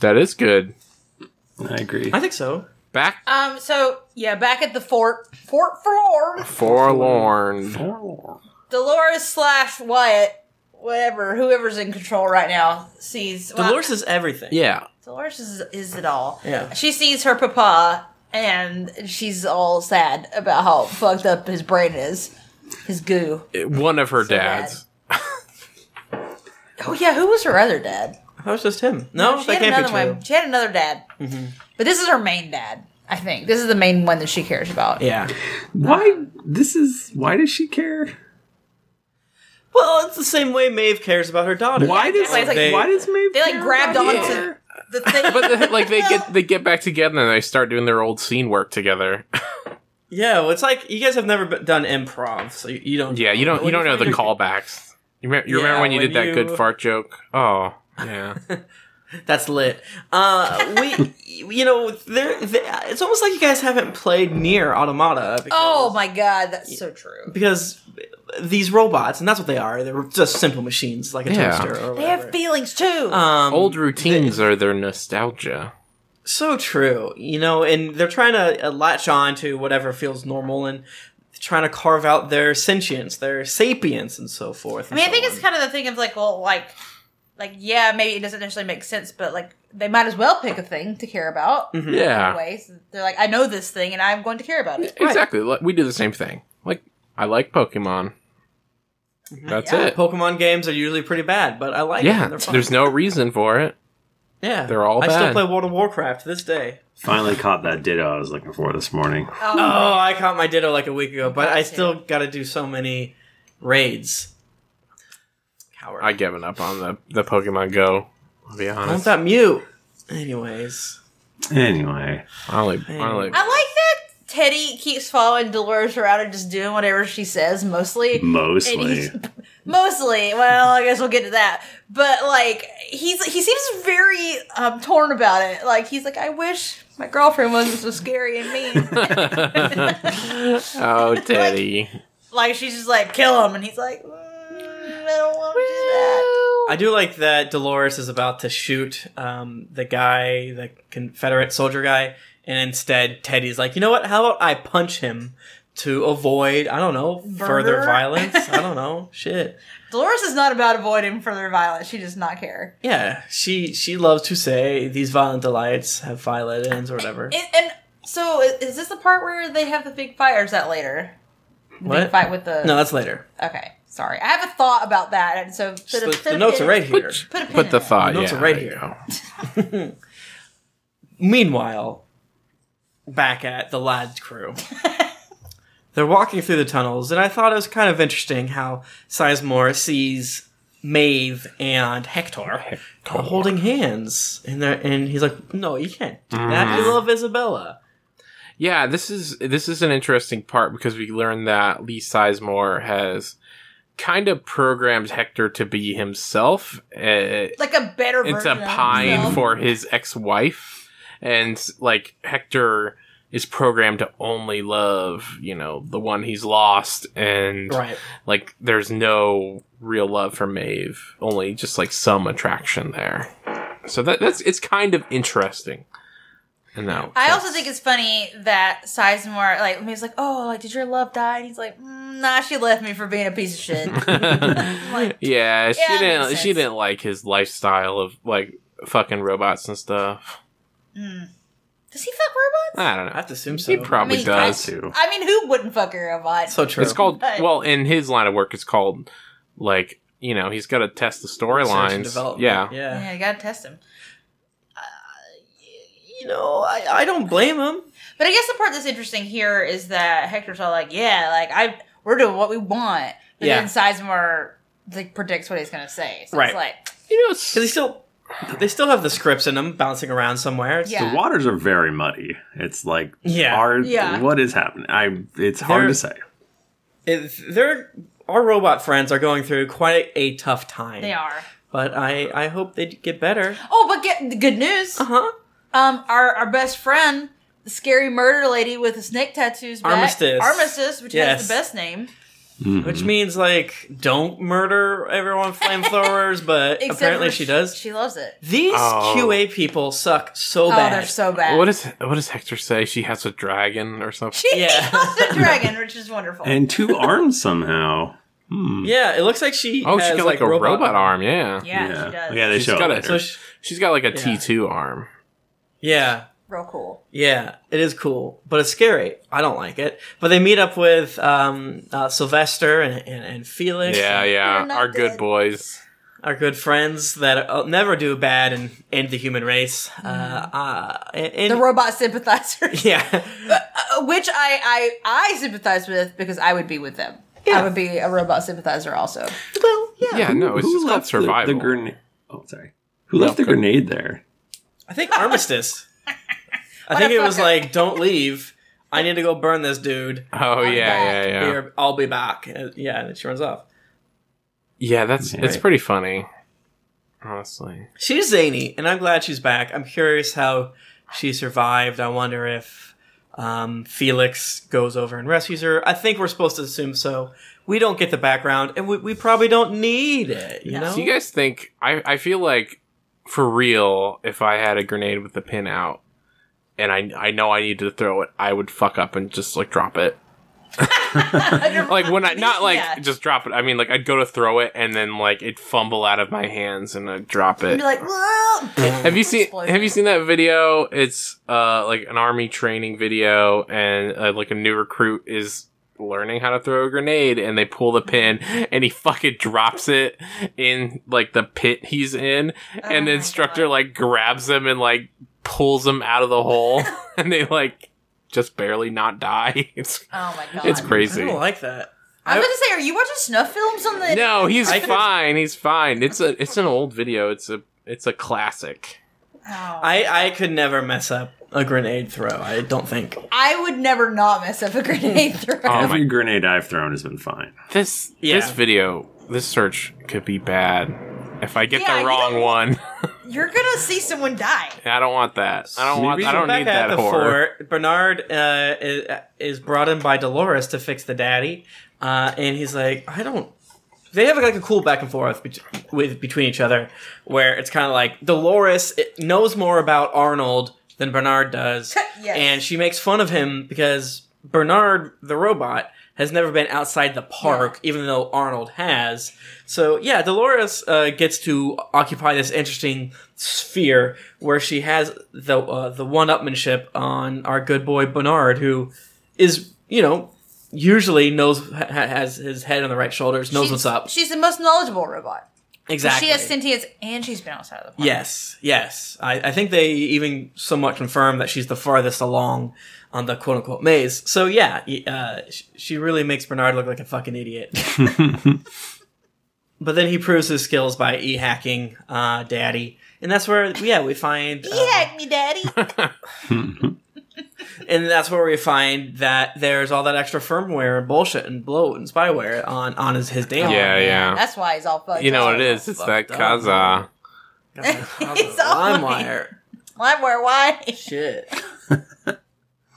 A: That is good.
B: I agree.
C: I think so.
A: Back
D: Um. So yeah, back at the fort, fort floor,
A: forlorn.
D: Dolores slash Wyatt, whatever, whoever's in control right now, sees well,
C: Dolores is everything.
A: Yeah.
D: Dolores is, is it all.
C: Yeah.
D: She sees her papa and she's all sad about how fucked up his brain is. His goo.
A: One of her
D: bad.
A: dads.
D: Oh yeah, who was her other dad?
C: That was just him. No,
D: She
C: that
D: had
C: can't
D: another
C: be true. Mm-hmm.
D: one. She had another dad. But this is her main dad, I think. This is the main one that she cares about.
C: Yeah.
B: Why? This is why does she care?
C: Well, it's the same way Maeve cares about her daughter.
B: Why does
D: It's like-
B: why does Maeve?
D: They like
B: care
D: grabbed
B: about
D: onto
B: her?
D: the thing.
A: But like they get they get back together and they start doing their old scene work together.
C: Yeah, well, it's like you guys have never be- done improv, so you, you don't.
A: yeah, you don't you don't know the callbacks. You, remember, you remember
C: Yeah,
A: when you
C: when
A: did that
C: you-
A: good fart joke? Oh, yeah.
C: That's lit. Uh, we, you know, there. there- It's almost like you guys haven't played near Automata. Because,
D: oh my god, that's so true.
C: Because these robots, and that's what they are. They're just simple machines, like a
A: Yeah.
C: toaster or whatever.
D: They have feelings too.
C: um,
A: old routines are their nostalgia.
C: So true. You know, and they're trying to uh, latch on to whatever feels normal and trying to carve out their sentience, their sapience, and so forth.
D: I mean, I think it's kind of the thing of like, well, like, like yeah, maybe it doesn't necessarily make sense, but like they might as well pick a thing to care about. Mm-hmm.
A: Yeah,
D: they're like, I know this thing, and I'm going to care about it. Um,
A: exactly. Like, We do the same thing. Like I like Pokemon. That's
D: Yeah.
A: it.
C: Mm-hmm. Pokemon games are usually pretty bad, but I like
A: Yeah,
C: them. They're fun.
A: there's no reason for it.
C: yeah,
A: they're all
C: I
A: bad.
C: still play World of Warcraft to this day.
B: Finally caught that ditto I was looking for this morning.
D: Um,
C: Oh, I caught my Ditto like a week ago, but I
D: Gotcha.
C: still got to do so many raids. Coward!
A: I given up on the the Pokemon Go. I'll be
C: I want
A: honest.
C: that mute. Anyways,
B: Anyway,
A: I only, I only
D: I like that Teddy keeps following Dolores around and just doing whatever she says, mostly. And
B: mostly.
D: he's- mostly. Well, I guess we'll get to that. But like, he's he seems very um, torn about it. Like he's like, I wish my girlfriend wasn't so scary and mean.
A: oh Teddy.
D: like she's just like, kill him, and he's like, mm, I don't want to do that.
C: I do like that Dolores is about to shoot um, the guy, the Confederate soldier guy, and instead Teddy's like, you know what? How about I punch him to avoid, I don't know, further
D: Murder?
C: violence? I don't know. Shit.
D: Dolores is not about avoiding further violence. She does not care.
C: Yeah, she she loves to say these violent delights have violent ends or whatever.
D: And, and so, i- is this the part where they have the big fight, or is that later? The
C: What?
D: Big fight with the
C: No, that's later.
D: okay. Sorry, I have a thought about that, and so put
C: Just
D: a-
C: the,
D: put a
C: the notes
D: pin-
C: are right here.
D: Put a pin
A: Put the
D: in it.
A: thought.
C: The notes
A: yeah,
C: are right
A: there you
C: here.
A: go.
C: Meanwhile, back at the Lad crew, they're walking through the tunnels, and I thought it was kind of interesting how Sizemore sees Maeve and Hector, holding hands, and they're, and he's like, "No, you can't do that.
A: Mm.
C: You love Isabella."
A: Yeah, this is this is an interesting part because we learn that Lee Sizemore has kind of programmed Hector to be himself. Uh,
D: like a better
A: it's a
D: version of
A: pine
D: himself.
A: for his ex-wife, and like Hector is programmed to only love, you know, the one he's lost, and
C: Right.
A: like there's no real love for Maeve, only just like some attraction there. So that that's it's kind of interesting. And now
D: I also think it's funny that Sizemore, like, when he's like, "Oh, like, did your love die?" And he's like, mm, "Nah, she left me for being a piece of shit." I'm like,
A: Yeah, she
D: that
A: didn't.
D: makes
A: She
D: sense.
A: didn't like his lifestyle of like fucking robots and stuff.
D: Hmm. does he fuck robots?
A: I don't
C: I
A: know.
C: have to assume so.
A: He probably
D: I mean,
A: does.
B: Too.
D: I mean, who wouldn't fuck a robot?
C: so true.
A: it's called
D: But-
A: well in his line of work. It's called like you know he's got to test the
C: Research and
A: storylines.
C: development.
A: Yeah.
C: Yeah.
D: yeah, you gotta test him. Uh,
C: You know, I, I don't blame him.
D: But I guess the part that's interesting here is that Hector's all like, "Yeah, like, I we're doing what we want," but
C: Yeah.
D: then Sizemore like predicts what he's gonna say. So
C: Right.
D: it's like,
A: You know, it's,
C: Because they still they still have the scripts in them bouncing around somewhere. It's-
D: Yeah.
B: The waters are very muddy. It's like
C: Yeah.
B: hard.
D: Yeah.
B: What is happening? I. It's hard
C: There-
B: to say.
C: it, they're our robot friends are going through quite a tough time.
D: they are.
C: but I I hope they get better. Uh-huh.
D: Oh, but get the good news.
C: Huh?
D: Um, our our best friend, the scary murder lady with the snake tattoos, back.
C: Armistice.
D: Armistice, which
C: Yes.
D: has the best name,
C: Which means like don't murder everyone with flamethrowers, but
D: Except
C: apparently
D: for
C: she does.
D: She loves it.
C: These
A: Oh.
C: QA people suck so
D: Oh,
C: bad.
D: they're so bad.
A: what is what does Hector say? She has a dragon or something.
D: she
C: Yeah.
D: loves the dragon, which is wonderful.
B: And two arms somehow.
C: Yeah, it looks like she.
A: Oh,
C: has,
A: she's got like, a robot, arm. Yeah.
D: Yeah, she does.
B: yeah, they
A: She's
B: show
A: got
B: it
A: a-
B: later.
C: So she,
A: She's got like a 2 arm.
C: yeah,
D: Real cool.
C: yeah, it is cool, but it's scary. I don't like it. But they meet up with um, uh, Sylvester and, and, and Felix.
A: Yeah, yeah.
D: They're not
A: Our good
D: dead.
A: boys.
C: our good friends that uh, never do bad and end the human race. Uh, uh, and, and-
D: The robot sympathizers,
C: yeah,
D: Uh, which I, I I sympathize with because I would be with them. I would be a robot sympathizer also.
C: well, yeah.
A: Yeah, no, it's just called
B: the- The,
A: survival.
B: grenade. Oh, sorry. Who left the
A: go-
B: grenade there?
C: I think armistice. I think it was like, don't leave. I need to go burn this dude.
A: oh, yeah, yeah,
D: back.
A: yeah.
C: We're- I'll be back. Uh, yeah, and then she runs off.
A: Yeah, that's it's
B: Right.
A: pretty funny. Honestly.
C: She's zany, and I'm glad she's back. I'm curious how she survived. I wonder if um, Felix goes over and rescues her. I think we're supposed to assume so. We don't get the background, and we, we probably don't need it. You know,
A: Do you guys think I I feel like for real if I had a grenade with the pin out and I I know I need to throw it, I would fuck up and just like drop it. Like when I not like
D: Yeah.
A: just drop it. I mean like I'd go to throw it and then like it'd fumble out of my hands and I'd drop it.
D: be like, Oh whoa.
A: Have you seen
D: Explosion.
A: Have you seen that video? It's uh like an army training video, and uh, like a new recruit is learning how to throw a grenade, and they pull the pin, and he fucking drops it in like the pit he's in, and the
D: Oh my
A: instructor
D: God.
A: like grabs him and like pulls him out of the hole, and they like just barely not die. It's
D: Oh my god,
A: it's
C: I
A: crazy.
C: don't like that.
D: I was gonna say, are you watching snuff films on the?
A: No, he's
C: I could-
A: fine. He's fine. It's a it's an old video. It's a it's a classic.
D: Oh.
C: I, I could never mess up a grenade throw. I don't think.
D: I would never not mess up a grenade throw.
A: Oh my
B: Every grenade I've thrown has been fine.
A: This
C: Yeah.
A: this video, this search could be bad if I get
D: Yeah,
A: the
D: you
A: wrong
D: don't-
A: one.
D: You're gonna see someone die.
A: I don't want that. I don't want.
B: Maybe
A: I don't
C: Back
A: need
C: at
A: that
C: the
A: horror.
C: fort, Bernard uh, is, is brought in by Dolores to fix the daddy, uh, and he's like, I don't. They have like a cool back and forth bet- with between each other, where it's kind of like Dolores it- knows more about Arnold than Bernard does,
D: Yes.
C: and she makes fun of him because Bernard, the robot, has never been outside the park, even though Arnold has. So yeah, Dolores uh, gets to occupy this interesting sphere where she has the uh, the one-upmanship on our good boy Bernard, who is you know usually knows ha- has his head on the right shoulders, knows
D: She's-
C: what's up.
D: She's the most knowledgeable robot.
C: Exactly.
D: She has sentience and she's been outside of the park.
C: Yes, yes. I, I think they even somewhat confirm that she's the farthest along on the quote unquote maze. So yeah, y- uh, sh- she really makes Bernard look like a fucking idiot. but then he proves his skills by e hacking uh, Daddy. And that's where, yeah, we find. uh,
D: hack me, daddy.
C: and that's where we find that there's all that extra firmware and bullshit and bloat and spyware on, on his, his damn.
A: Yeah, yeah.
D: That's why he's all fucked.
A: You know what
D: up.
A: it is? It's that
C: Fucked up.
A: Kaza.
D: It's all
C: LimeWire.
D: LimeWire, why?
C: Shit.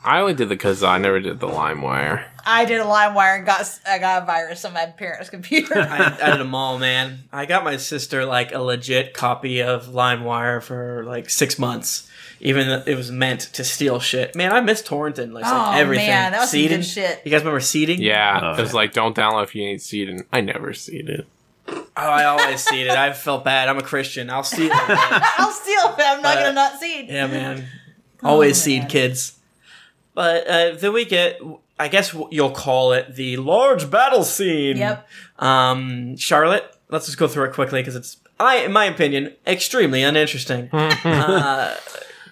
A: I only did the Kaza. I never did the LimeWire.
D: I did a LimeWire and got s- I got a virus on my parents' computer.
C: I, I did them all, man. I got my sister like a legit copy of LimeWire for like six months, even though it was meant to steal shit. Man, I miss torrenting like,
D: Oh,
C: like everything.
D: man, that was some good
C: Seeding.
D: shit.
C: You guys remember seeding?
A: Yeah,
B: Oh,
A: it was like don't download if you ain't seen it. I never seen it.
C: Oh, I always seeded. I felt bad. I'm a Christian. I'll steal. it.
D: I'll steal it. I'm not
C: But-
D: gonna not see it.
C: Uh, yeah, man. Always
D: Oh,
C: seed
D: man.
C: kids. But uh, then we get, I guess you'll call it the large battle scene.
D: Yep.
C: Um, Charlotte, let's just go through it quickly because it's, I, in my opinion, extremely uninteresting. uh,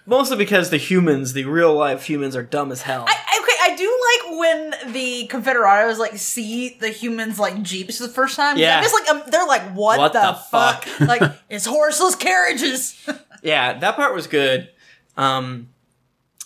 C: mostly because the humans, the real life humans, are dumb as hell.
D: I, okay, I do like when the Confederados like see the humans like jeeps the first time.
C: Yeah.
D: I'm just like um, they're like, what,
C: What
D: the,
C: the
D: fuck? like it's horseless carriages.
C: yeah, that part was good. Um,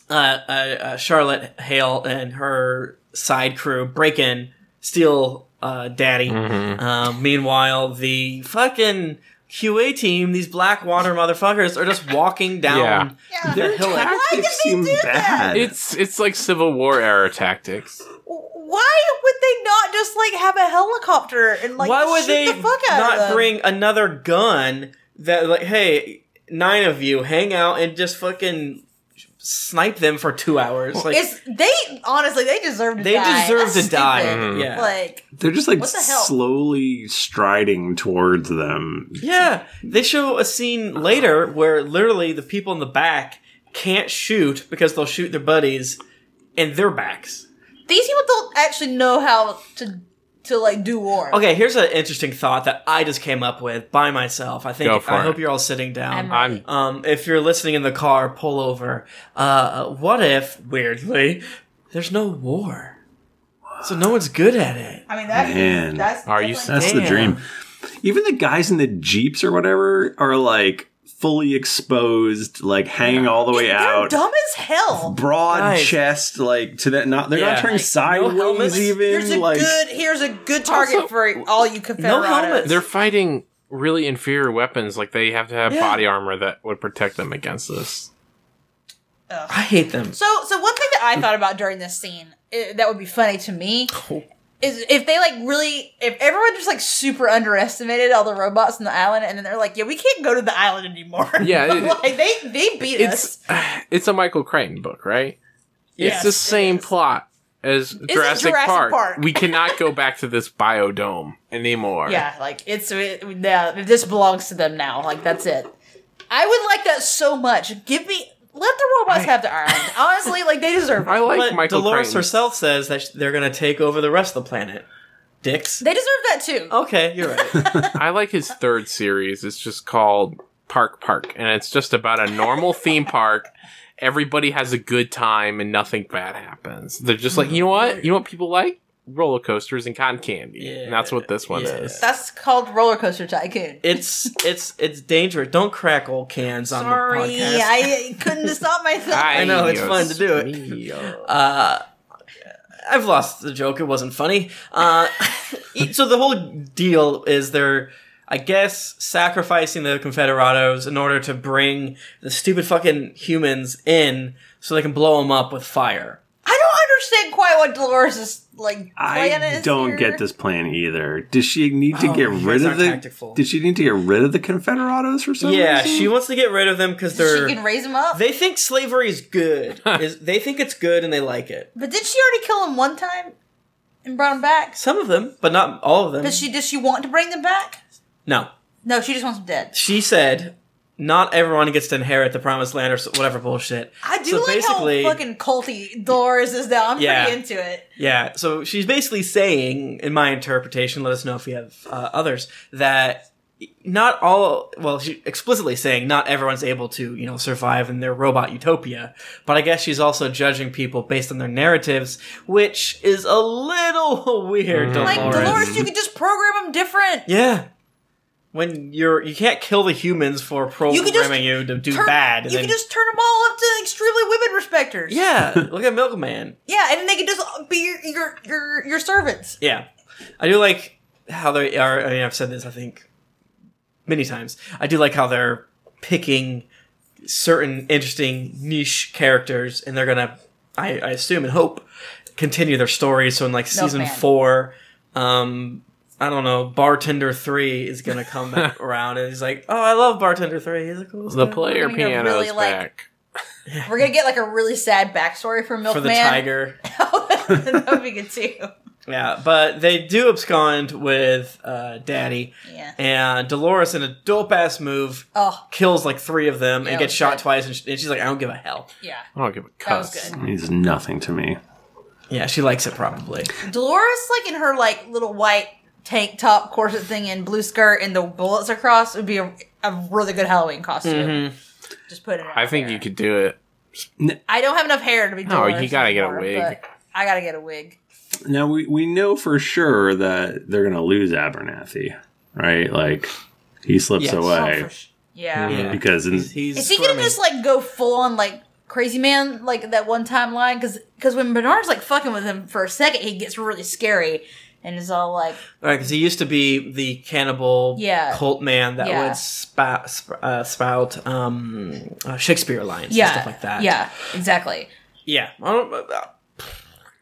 C: uh, uh, uh, Charlotte Hale and her side crew break in, steal uh, Daddy. Um, meanwhile, the fucking QA team, these Blackwater motherfuckers, are just walking down
D: Yeah.
C: the hill.
D: Why did
B: Tactics
D: they
B: seem
D: do that?
B: bad.
A: It's it's like Civil War era tactics.
D: Why would they not just like have a helicopter and like
C: Why would
D: shoot
C: they
D: the fuck out of
C: not
D: them?
C: bring another gun that like, hey, nine of you hang out and just fucking snipe them for two hours. Like
D: It's they honestly they deserve to
C: they
D: die.
C: deserve
D: That's
C: to die. Mm-hmm.
D: stupid.
C: Yeah.
D: Like
B: They're just like
D: What the hell?
B: slowly striding towards them.
C: Yeah, they show a scene later where literally the people in the back can't shoot because they'll shoot their buddies in their backs.
D: these people don't actually know how to to like do war.
C: Okay, here's an interesting thought that I just came up with by myself. I think
A: Go for
C: I
A: it.
C: hope you're all sitting down.
D: I'm-
A: I'm
C: Um, if you're listening in the car, pull over. Uh, what if, weirdly, there's no war? So no one's good at it.
D: I mean that
B: Man.
D: that's
A: Are you
D: definitely-
B: That's the
C: Damn.
B: dream. Even the guys in the jeeps or whatever are like fully exposed, like hanging all the way
D: They're
B: out.
D: dumb as hell.
B: Broad
C: Guys.
B: chest, like to that. Not they're
C: Yeah.
B: not turned
C: Like, no
B: sideways
C: helmets.
B: even.
D: Here's a
B: like
D: good here's a good target
A: Also-
D: for all you
C: No helmets.
D: Confederados.
A: They're fighting really inferior weapons. Like they have to have
C: Yeah.
A: body armor that would protect them against this.
D: Ugh.
C: I hate them.
D: So, so one thing that I thought about during this scene eh, that would be funny to me is if they like really, if everyone just like super underestimated all the robots on the island, and then they're like, "Yeah, we can't go to the island anymore."
A: Yeah, it-
D: like they they beat us.
A: It's it's a Michael Crichton book, right?
D: Yes,
A: it's the
D: it
A: same
D: is.
A: plot as Jurassic,
D: Jurassic
A: Park.
D: Park.
A: We cannot go back to this biodome anymore.
D: Yeah, like it's it, yeah, this belongs to them now. Like that's it. I would like that so much. Give me let the robots have the island. Honestly, like they deserve
A: I
D: it.
A: like
C: But
A: Michael
C: Dolores
A: Crichton.
C: herself says that sh- they're going to take over the rest of the planet. Dicks.
D: They deserve that too.
C: Okay, you're right.
A: I like his third series. It's just called Park Park, and it's just about a normal theme park. Everybody has a good time and nothing bad happens. They're just like, you know what? You know what people like? Roller coasters and cotton candy. and that's what this one
C: Yeah.
A: is.
D: That's called Roller Coaster Tycoon.
C: It's it's it's dangerous. Don't crack old cans on
D: Sorry,
C: the podcast.
D: I couldn't stop myself.
C: I know, it's
A: Ay,
C: fun
A: Dios
C: to do it.
A: mío.
C: uh, I've lost the joke. It wasn't funny. Uh, so the whole deal is they're, I guess, sacrificing the Confederados in order to bring the stupid fucking humans in so they can blow them up with fire.
D: I don't understand quite what Dolores is like. plan
B: I
D: is
B: don't
D: here.
B: get this plan either. Does she need to
C: Oh,
B: get
C: you
B: rid
C: guys
B: of
C: aren't
B: the?
C: tactful.
B: Did she need to get rid of the Confederados for some
C: Yeah,
B: reason?
C: she wants to get rid of them because
D: Mm-hmm. She
C: they're.
D: can raise him up,
C: They think slavery is good. is they think it's good and they like it.
D: but did she already kill him one time and brought him back?
C: Some of them, but not all of them.
D: Does she? Does she want to bring them back?
C: no,
D: No, she just wants them dead.
C: she said, "Not everyone gets to inherit the promised land or s- whatever bullshit."
D: I do
C: So
D: like how
C: basically-
D: fucking culty Dolores is now. I'm
C: Yeah.
D: pretty into it.
C: Yeah, so she's basically saying, in my interpretation, let us know if you have uh, others, that not all, well, she explicitly saying not everyone's able to, you know, survive in their robot utopia, but I guess she's also judging people based on their narratives, which is a little weird,
D: Like
C: Dolores.
D: Dolores, you can just program them different.
C: Yeah. When you're, you can't kill the humans for
D: You
C: programming
D: can
C: you,
D: just
C: to do
D: Turn-
C: bad. and
D: You
C: then-
D: can just turn them all up to extremely women respecters.
C: yeah, look at Milkman.
D: yeah, and then they can just be your your your, your servants.
C: Yeah, I do like how they are. I mean, I've said this, I think, many times. I do like how they're picking certain interesting niche characters, and they're gonna, I, I assume and hope, continue their story. So in like season
D: Milkman.
C: four, um, I don't know, bartender three is gonna come back around, and he's like, "Oh, I love bartender three. He's a cool
A: The
C: guy."
A: player
D: I mean, I
A: piano's
D: Uh, really like-
A: back.
D: We're gonna get like a really sad backstory for
C: for
D: Milkman.
C: the tiger."
D: that would be good too.
C: Yeah, but they do abscond with uh, Daddy.
D: Yeah.
C: And Dolores, in a dope ass move,
D: Oh,
C: kills like three of them
D: Yeah,
C: and gets
D: it was
C: shot
D: good.
C: twice, and, sh- and she's like, "I don't give a hell."
D: yeah.
A: I don't give a
D: That was
A: cuss.
D: good.
B: means nothing to me.
C: Yeah, she likes it probably.
D: Dolores, like in her like little white tank top corset thing and blue skirt, and the bullets across would be a, a really good Halloween costume. Just put it. Out
A: Mm-hmm. I think
D: there.
A: you could do it.
D: I don't have enough hair to be.
A: No, you
D: Dolores
A: gotta get a
D: anymore,
A: wig.
D: but I gotta get a wig.
B: Now we, we know for sure that they're gonna lose Abernathy, right? Like he slips
C: Yes.
B: away
D: Oh, for sh-
B: Mm-hmm.
D: yeah.
C: Yeah,
B: because in,
C: he's, he's
D: Is he gonna
C: squirming.
D: just like go full on like crazy man like that one time line? Because when Bernard's like fucking with him for a second, he gets really scary and is all like,
C: right? Because he used to be the cannibal
D: Yeah.
C: cult man that
D: Yeah.
C: would spout, sp- uh, spout um, uh, Shakespeare lines
D: yeah,
C: and stuff like that.
D: Yeah, exactly.
C: yeah. I don't, uh,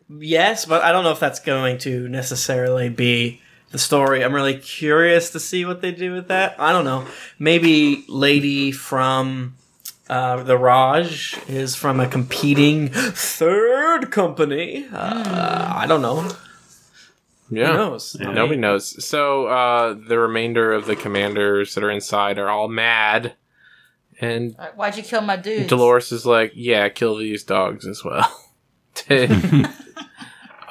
C: yes, but I don't know if that's going to necessarily be the story. I'm really curious to see what they do with that. I don't know. Maybe Lady from Uh, the Raj is from a competing third company. Uh, I don't know.
A: Yeah.
C: Who knows? I
A: Nobody
C: mean,
A: knows. So uh, the remainder of the commanders that are inside are all mad, and
D: Like, Why'd you kill my dude?
A: Dolores is like, "Yeah, kill these dogs as well." Ted-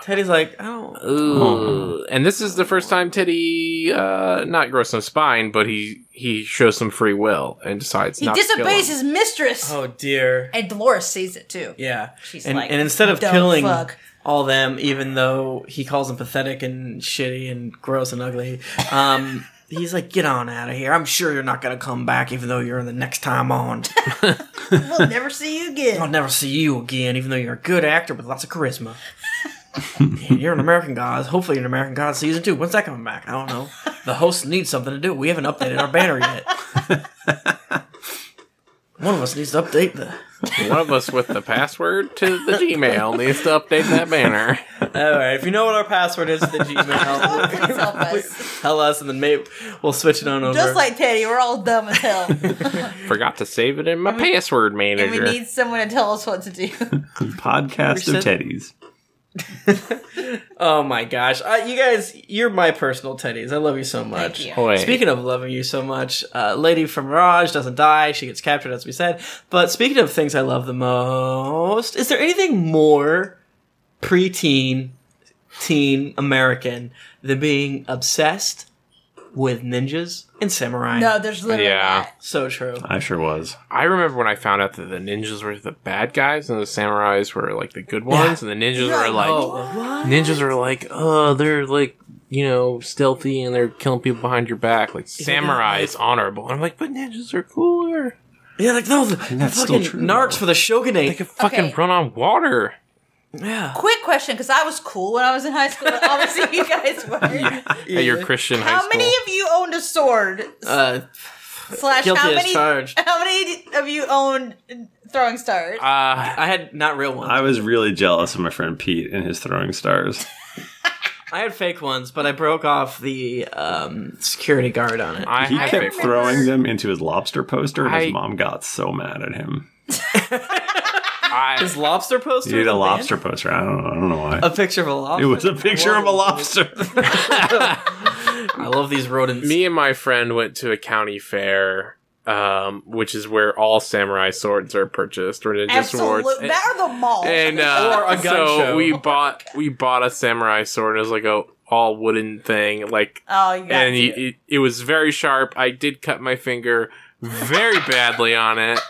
C: Teddy's like, oh,
A: Ooh. And this is the first time Teddy uh, not grows some spine, but he he shows some free will and decides
D: He
A: not to kill
D: disobeys
A: him.
D: his mistress,
C: oh dear.
D: and Dolores sees it too.
C: Yeah.
D: She's
C: and,
D: like,
C: and instead of
D: "Dumb
C: killing
D: fuck."
C: all them, even though he calls them pathetic and shitty and gross and ugly, um, he's like, get on out of here. I'm sure you're not going to come back, even though you're the next time on.
D: We'll never see you
C: I'll
D: again.
C: never see you again, even though you're a good actor with lots of charisma. and you're an American Gods. Hopefully, you're an American Gods season two. When's that coming back? I don't know. The hosts need something to do. We haven't updated our banner yet. One of us needs to update the.
A: One of us with the password to the Gmail needs to update that banner.
C: All right, if you know what our password is to the Gmail,
D: Oh, Please help us.
C: tell us, and then maybe we'll switch it on over.
D: Just like Teddy, we're all dumb as hell,
A: Forgot to save it in my password
D: and we
A: manager.
D: need someone to tell us what to do.
B: Podcast of
C: Reset.
B: Teddies.
C: oh my gosh, uh, you guys, you're my personal teddies. I love you so much.
D: you.
A: Wait.
C: Speaking of loving you so much, uh, Lady from Mirage doesn't die. She gets captured, as we said. But speaking of things I love the most, is there anything more preteen, teen American than being obsessed with ninjas and samurai?
D: No, there's literally
A: Yeah.
D: not.
C: So true.
B: I sure was.
A: I remember when I found out that the ninjas were the bad guys and the samurais were like the good ones, and the ninjas
D: Yeah,
A: were like
C: Oh,
A: ninjas are like, oh, they're like you know stealthy and they're killing people behind your back. Like samurais, honorable. And I'm like, but ninjas are cooler.
C: yeah, like those the
B: that's still
C: fucking
B: true,
C: narcs
B: though.
C: for the
A: They
C: shogunate.
A: can fucking
D: Okay.
A: run on water.
C: Yeah,
D: Quick question, because I was cool when I was in high school. but Obviously, you guys were.
A: At your Christian high
D: How
A: school.
D: many of you owned a sword?
C: uh,
D: Slash,
C: guilty
D: how
C: as
D: many?
C: charged.
D: How many of you owned throwing stars?
A: uh,
C: I had not real ones.
B: I was really jealous of my friend Pete and his throwing stars.
C: I had fake ones, but I broke off the um, security guard on it.
A: I
B: He
A: had
B: kept
A: big-
B: throwing them into his lobster poster, and
A: I-
B: his mom got so mad at him.
A: I,
C: His lobster poster.
B: He
C: in
B: did
C: the
B: a
C: band?
B: lobster poster. I don't know. I don't know why.
C: A picture of a
B: It
C: lobster.
B: was a picture of a lobster.
C: I love these rodents.
A: me and my friend went to a county fair, um, which is where all samurai swords are purchased or ninja swords.
D: Absolutely,
A: And-
D: that or the mall.
A: and uh,
C: Or a gun
A: so
C: show.
A: we bought we bought a samurai sword. It was like a all wooden thing, like,
D: oh, you got
A: and
D: to.
A: you, it, it was very sharp. I did cut my finger very badly on it.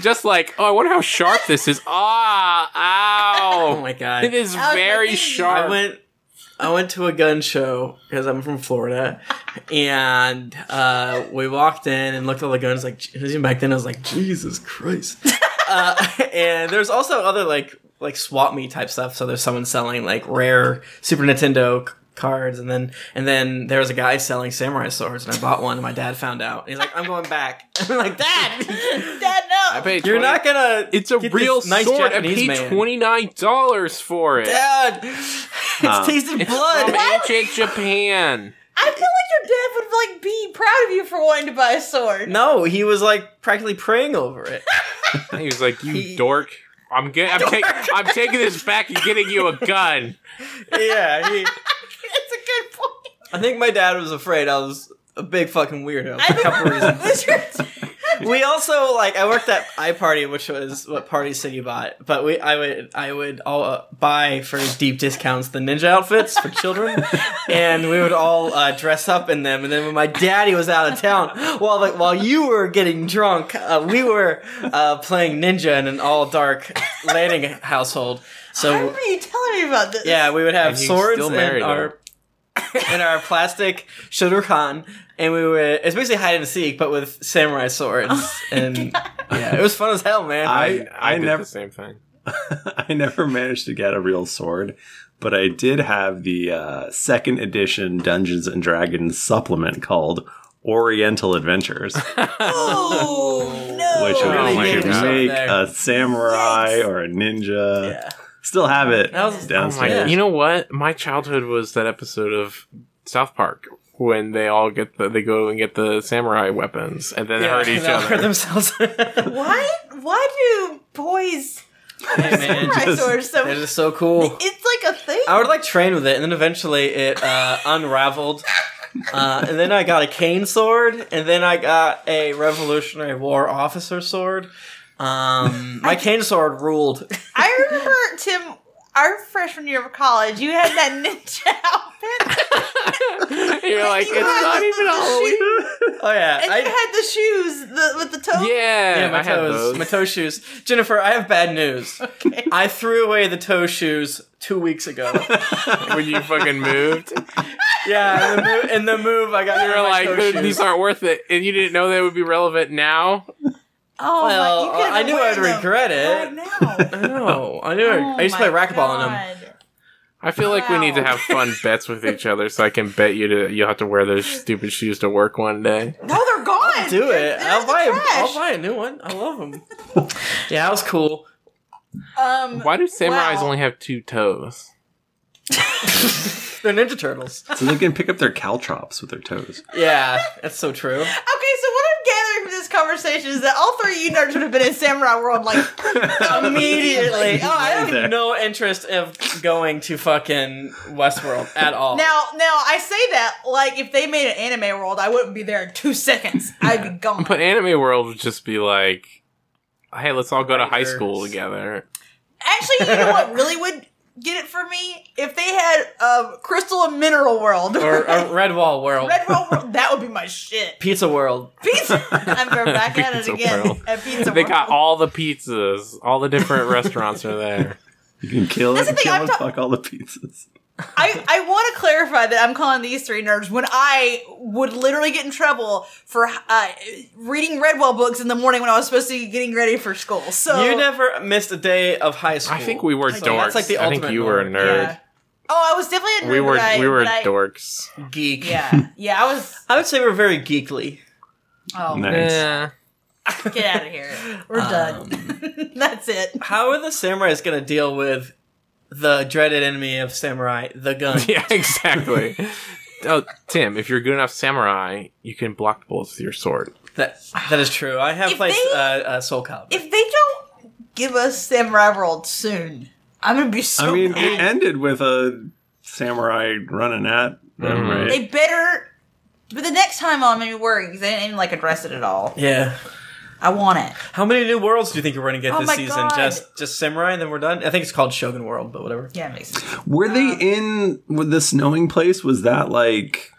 A: Just like, oh, I wonder how sharp this is. Ah,
C: Oh
A: ow!
C: my
A: It
C: god.
A: is
D: That was my
A: very
D: thing.
A: sharp.
C: I went. I went to a gun show because I'm from Florida, and uh, we walked in and looked at all the guns. Like even back then, I was like, Jesus Christ. uh, and there's also other like like swap me type stuff. So there's someone selling like rare Super Nintendo c- cards, and then and then there was a guy selling samurai swords, and I bought one, and my dad found out. And he's like, I'm going back. I'm like, Dad,
D: Dad, no.
A: I paid
C: you're
A: 20
C: not gonna.
A: It's a
C: get
A: real
C: this nice
A: sword.
C: Japanese
A: I paid
C: man.
A: twenty nine dollars for it.
C: Dad, it's tasted blood.
A: From ancient Japan.
D: I feel like your dad would like be proud of you for wanting to buy a sword.
C: No, he was like practically praying over it.
A: He was like, "You dork! I'm get, I'm, ta- I'm taking this back and getting you a gun."
C: yeah, he,
D: That's a good point.
C: I think my dad was afraid I was a big fucking weirdo
D: I
C: for a couple reasons.
D: reasons.
C: We also like I worked at iParty, which was what Party City bought, but we I would I would all uh, buy for deep discounts the ninja outfits for children, and we would all uh, dress up in them. And then when my daddy was out of town, while like, while you were getting drunk, uh, we were uh, playing ninja in an all dark landing household.
D: I
C: So
D: remember you telling me about this.
C: Yeah, we would have
A: And he's
C: swords
A: still
C: and
A: married,
C: our and our plastic Shotokan, and we would it's basically hide and seek, but with samurai swords.
D: Oh
C: and yeah, it was fun as hell, man.
B: I
A: I,
B: I
A: did
B: never
A: the same thing.
B: I never managed to get a real sword, but I did have the uh, second edition Dungeons and Dragons supplement called Oriental Adventures, which
D: Oh no.
B: was
A: Oh my
B: you could
A: God.
B: make
C: There.
B: a samurai
D: Yes.
B: or a
A: uh,
B: ninja.
C: yeah.
B: Still have it
C: That was-
A: Oh my!
B: downstairs.
A: You know what? My childhood was that episode of South Park when they all get the they go and get the samurai weapons and then they hurt each
C: they all hurt
A: other.
C: themselves.
D: Why? Why do boys
C: Hey, man,
D: samurai
B: just-
D: swords so?
C: they're just so cool.
D: It's like a thing.
C: I would like train with it, and then eventually it uh, unraveled. Uh, and then I got a cane sword, and then I got a Revolutionary War officer sword. Um, my cane sword ruled.
D: I remember Tim, our freshman year of college, you had that ninja outfit.
A: You're like it's
D: You had
A: not
D: the-
A: even
D: the
A: Halloween.
D: shoes-
C: Oh yeah,
D: And
C: I,
D: you had the shoes the, with the toe.
A: Yeah,
C: yeah, my
A: I had
C: toes,
A: those.
C: my toe shoes. Jennifer, I have bad news. I threw away the toe shoes two weeks ago.
A: when you fucking moved,
C: yeah, in the, mo- in the move, I got
A: you
C: rid
A: were
C: of my
A: like,
C: toe shoes.
A: "These aren't worth it," and you didn't know they would be relevant now.
D: Oh, my-
C: Well,
D: you couldn't
C: I knew
D: wear
C: I'd
D: them Oh
C: regret it.
D: Right now.
C: I know. I knew. I used to play racquetball in them.
A: I feel like we need to
D: Wow.
A: have fun bets with each other, so I can bet you to you'll have to wear those stupid shoes to work one day.
D: them. No, they're gone. I'll
C: Do
D: they're,
C: it.
D: they're in
C: I'll
D: the
C: buy. A,
D: trash.
C: I'll buy a new one. I love them. yeah, that was cool.
D: Um,
A: Why do samurais
D: Wow.
A: only have two toes?
C: They're Ninja Turtles.
B: So they can pick up their caltrops with their toes.
C: Yeah, that's so true.
D: Okay, so what I'm gathering from this conversation is that all three of you nerds would have been in Samurai World like
C: Immediately. Oh, I
B: Right there.
C: have no interest of going to fucking Westworld at all.
D: Now, now I say that like if they made an anime world, I wouldn't be there in two seconds. I'd be gone.
A: But anime world would just be like, "Hey, let's all go to high
C: Writers.
A: school together."
D: Actually, you know what really would get it for me if they had a crystal and mineral world,
C: or, or Red Wall World,
D: red world, world. That would be my shit.
C: Pizza World.
D: Pizza. I'm going back at it
A: Pizza
D: again.
A: world.
D: At pizza
A: They got
D: world.
A: all the pizzas. All the different restaurants are there.
B: You can kill
D: That's
B: it,
D: the thing,
B: kill
D: I'm
B: and
D: ta-
B: fuck all the pizzas.
D: I, I want to clarify that I'm calling these three nerds when I would literally get in trouble for uh, reading Redwell books in the morning when I was supposed to be getting ready for school. So
C: You never missed a day of high school.
A: I think we were
D: So
A: dorks.
D: that's
C: like the
A: I think
C: ultimate
A: you were a
C: nerd.
D: Yeah.
A: nerd.
D: Oh, I was definitely a nerd.
A: We were
D: but I,
A: we were
D: but I-
A: dorks.
C: geek.
D: Yeah, yeah, I was.
C: I would say we're very geekly.
D: Oh,
B: Nice.
D: get out of here. We're done. That's it.
C: How are the samurais going to deal with the dreaded enemy of samurai, the gun?
A: Yeah, exactly. oh, Tim, if you're a good enough samurai, you can block bullets with your sword.
C: That that is true. I have
D: If
C: played
D: they-
C: uh, uh, Soul Calibur.
D: If they don't give us Samurai World soon, I'm gonna be so.
B: I mean, it
D: mad.
B: ended with a samurai running at them,
A: Mhm.
B: right?
D: they better. But the next time I'm gonna be worried because they didn't even like address it at all.
C: yeah.
D: I want it.
C: How many new worlds do you think we're going to get
D: Oh
C: this
D: my
C: season?
D: God.
C: Just just samurai, and then we're done. I think it's called Shogun World, but whatever.
D: Yeah, it makes sense.
B: Were they in with the snowing place? Was that like?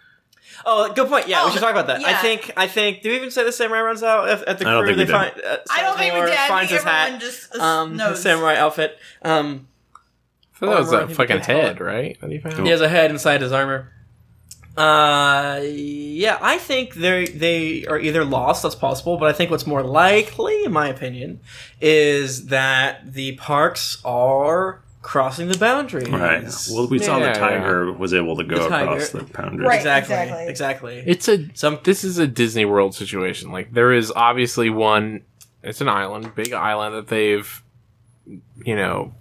C: Oh, good point. Yeah,
D: Oh,
C: we should talk about that. I
D: yeah.
C: think. I think. Do we even say the samurai runs out at, at the
B: I don't
C: crew?
B: think we
C: they
B: did.
C: find. Uh,
D: I don't think we
C: Sizemore
D: did. I
C: Finds
D: think
C: his
D: everyone
C: hat.
D: just uh,
C: Um,
D: knows.
C: his samurai outfit. Um,
A: So that was
C: Armor, I
A: a
C: think
A: fucking
C: they call it.
A: head, right? That he found?
C: He has a head inside his armor. Uh, yeah, I think they they are either lost. That's possible, but I think what's more likely, in my opinion, is that the parks are crossing the boundary.
B: Right. Well, we saw
A: Yeah,
B: the tiger was able to go
C: The tiger.
B: across the boundary.
D: Right.
C: exactly,
D: Exactly.
C: exactly.
A: It's a
C: Some-
A: This is a Disney World situation. Like there is obviously one. It's an island, big island that they've, you know,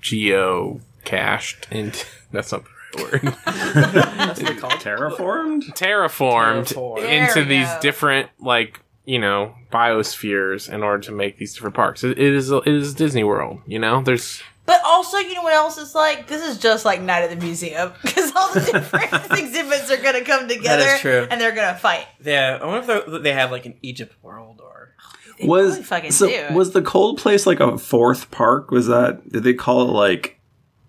A: geo cached into. That's not the right word.
C: That's what they call it.
B: Terraformed.
A: terraformed
C: Terraformed.
D: There
A: into
D: we
A: these
D: go.
A: different like you know biospheres in order to make these different parks. It, it is it is Disney World. You know, there's
D: But also, you know what else is like? This is just like Night at the Museum because all the different exhibits are gonna come together
C: true.
D: and they're gonna fight.
C: Yeah, I wonder if they're- they have like an Egypt world or
D: They
B: Was
D: really fucking
B: so?
D: do.
B: Was the cold place like a fourth park? Was that? Did they call it like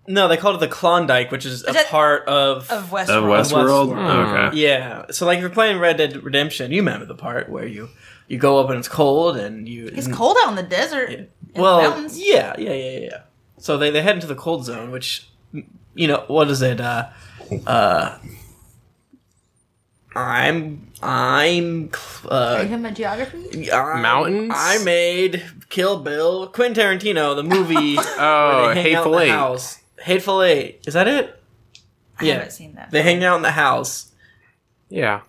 C: no? They called it the Klondike, which is a
D: that-
C: part of.
D: of
B: a
D: Westworld.
B: Westworld?
A: Westworld.
C: Hmm.
B: Okay.
C: yeah, so like if you're playing Red Dead Redemption, you remember the part where you you go up and it's cold and you
D: It's cold out in the desert. and
C: well,
D: mountains.
C: yeah, yeah, yeah, yeah, yeah. So they, they head into the cold zone, which you know what is it? Uh, uh, I'm I'm
D: Are
C: uh,
D: you talking about geography?
C: I'm-
A: Mountains?
C: I made Kill Bill, Quentin Tarantino, the movie.
A: oh
C: where they hang out
A: hateful
C: in the
A: eight.
C: house. Hateful Eight. Is that it?
D: I
C: yeah,
D: haven't seen that.
C: they hang out in the house.
A: Yeah.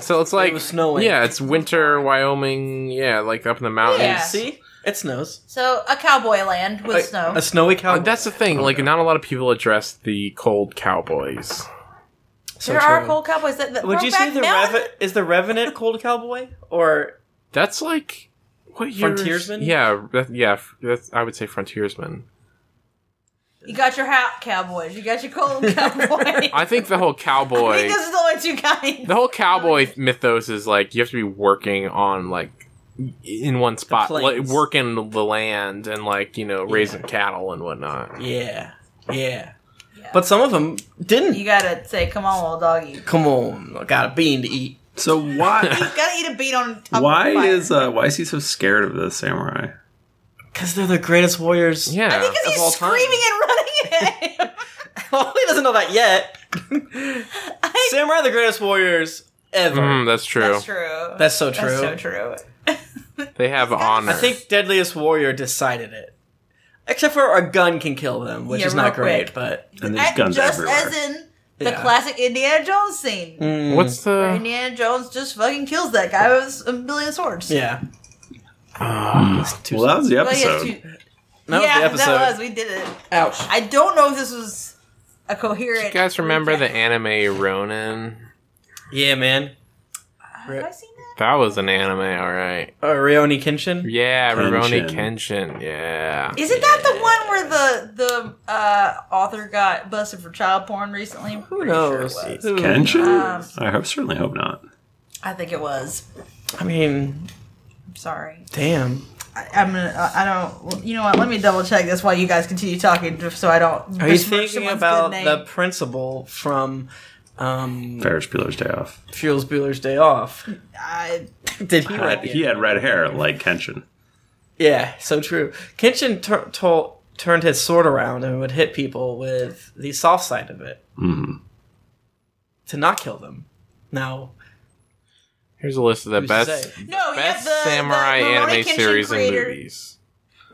A: So it's like
C: was snowing.
A: Yeah, it's winter Wyoming. Yeah, like up in the mountains.
D: Yeah.
C: See, it snows.
D: So a cowboy land with
C: A-
D: snow.
A: Oh,
C: A snowy cow.
A: But that's the thing. Like, not a lot of people address the cold cowboys.
C: So
D: There are
C: true.
D: cold cowboys. That, that
C: Would you say
D: Brokeback
C: the
D: Mountain-
C: Rev- is the Revenant cold cowboy or
A: That's like what year? is-
C: Frontiersman?
A: Yeah, that, yeah. f- That's, I would say frontiersman.
D: You got your hat cowboys. You got your cold cowboy.
A: I think the whole
D: I
A: cowboy,
D: think those are the only two kinds.
A: the whole cowboy mythos is like you have to be working on like in one spot, like
C: plains.
A: working the land and like you know raising cattle and whatnot.
C: yeah, yeah?
D: Yeah.
C: But some of them didn't.
D: you gotta say, "Come on, little doggy." You
C: Come on, I got a bean to eat.
B: So why
D: gotta eat a bean on top. of a
B: why
D: fire.
B: is uh, why is he so scared of the samurai?
C: Cause they're the greatest warriors.
A: Yeah,
D: I think 'cause
C: of all
D: he's
C: time.
D: screaming and running at him.
C: well, Oh, he doesn't know that yet.
D: I-
C: Samurai are the greatest warriors ever.
A: Mm, that's true.
D: That's true.
C: That's so true.
D: That's so true.
A: They have honor.
C: I think Deadliest Warrior decided it. Except for a gun can kill them, which
D: Yeah,
C: is not
D: real
C: great,
D: quick.
C: but
B: And there's
D: Uh,
B: guns
D: just
B: everywhere. Mm.
D: as in the
C: Yeah.
D: classic Indiana Jones scene.
A: What's
D: where
A: the?
D: Indiana Jones just fucking kills that guy with a million swords.
C: yeah.
B: well, that was the
D: Well, he has
B: episode.
D: two-
C: That
D: yeah,
C: was the episode.
D: that was. We did it.
C: Ouch.
D: I don't know if this was a coherent.
A: You guys remember the anime Ronin?
C: Yeah, man.
D: Have I seen that?
A: That was an anime, all right.
C: Uh, Rioni Kenshin.
A: Yeah, Roroni
B: Kenshin.
A: Kenshin. Yeah.
D: Isn't that the one where the the uh, author got busted for child porn recently? I'm
C: Who
D: pretty sure it
C: knows?
D: was.
C: Who
B: Kenshin?
D: Um,
B: I hope certainly hope not.
D: I think it was.
C: I mean,
D: I'm sorry.
C: damn.
D: I, I'm gonna. I, I don't. well, You know what? Let me double check this while you guys continue talking, just so I don't.
C: Are you
D: besmirch
C: thinking
D: someone's
C: about
D: good name.
C: the principal from um,
B: Ferris Bueller's Day Off.
C: Fuels Bueller's Day Off?
D: I,
C: Did he
B: Had-
C: write it?
B: He had red hair like Kenshin.
C: Yeah, so true. Kenshin tur tol- turned his sword around and would hit people with the soft side of it to not kill them. Now,
A: Here's a list of the
C: Who's to
A: best
C: say?
D: No, Oh, yeah,
A: best
D: the- the
A: samurai
D: Rurouni
A: anime
D: Kenshin
A: series
D: creator-
A: and movies.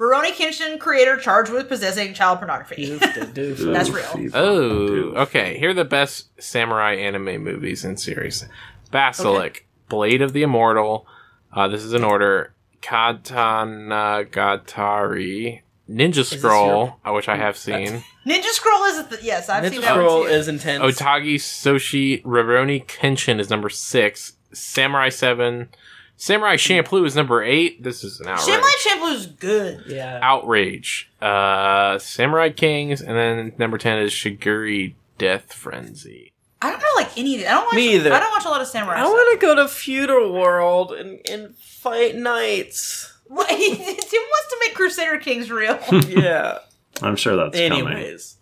D: Veroni Kenshin creator charged with possessing child pornography.
C: doof to doof.
D: That's
B: Oof,
D: real.
B: he-
A: Oh, okay. Here are the best samurai anime movies and series: Basilic, Blade of the Immortal. Uh, this is in order. Katanagatari, Ninja Scroll, uh, which I have seen.
D: Ninja Scroll is a th- yes, I've
C: Ninja
D: seen that
C: Scroll
D: one too.
C: is intense.
A: Oh, Otagi Soshi Roroni Kenshin is number six. Samurai Seven, Samurai Champloo is number eight. This is an outrage.
D: Shamlight Shampoo's good.
C: yeah.
A: outrage. Uh, Samurai Kings, and then number ten is Shiguri Death Frenzy.
D: I don't know like any of it. I don't watch.
C: Me either.
D: I don't watch a lot of samurai.
C: I want to go to Feudal World and, and fight knights.
D: stuff. Tim wants to make Crusader Kings real.
C: Yeah.
B: I'm sure that's coming.
C: Anyways.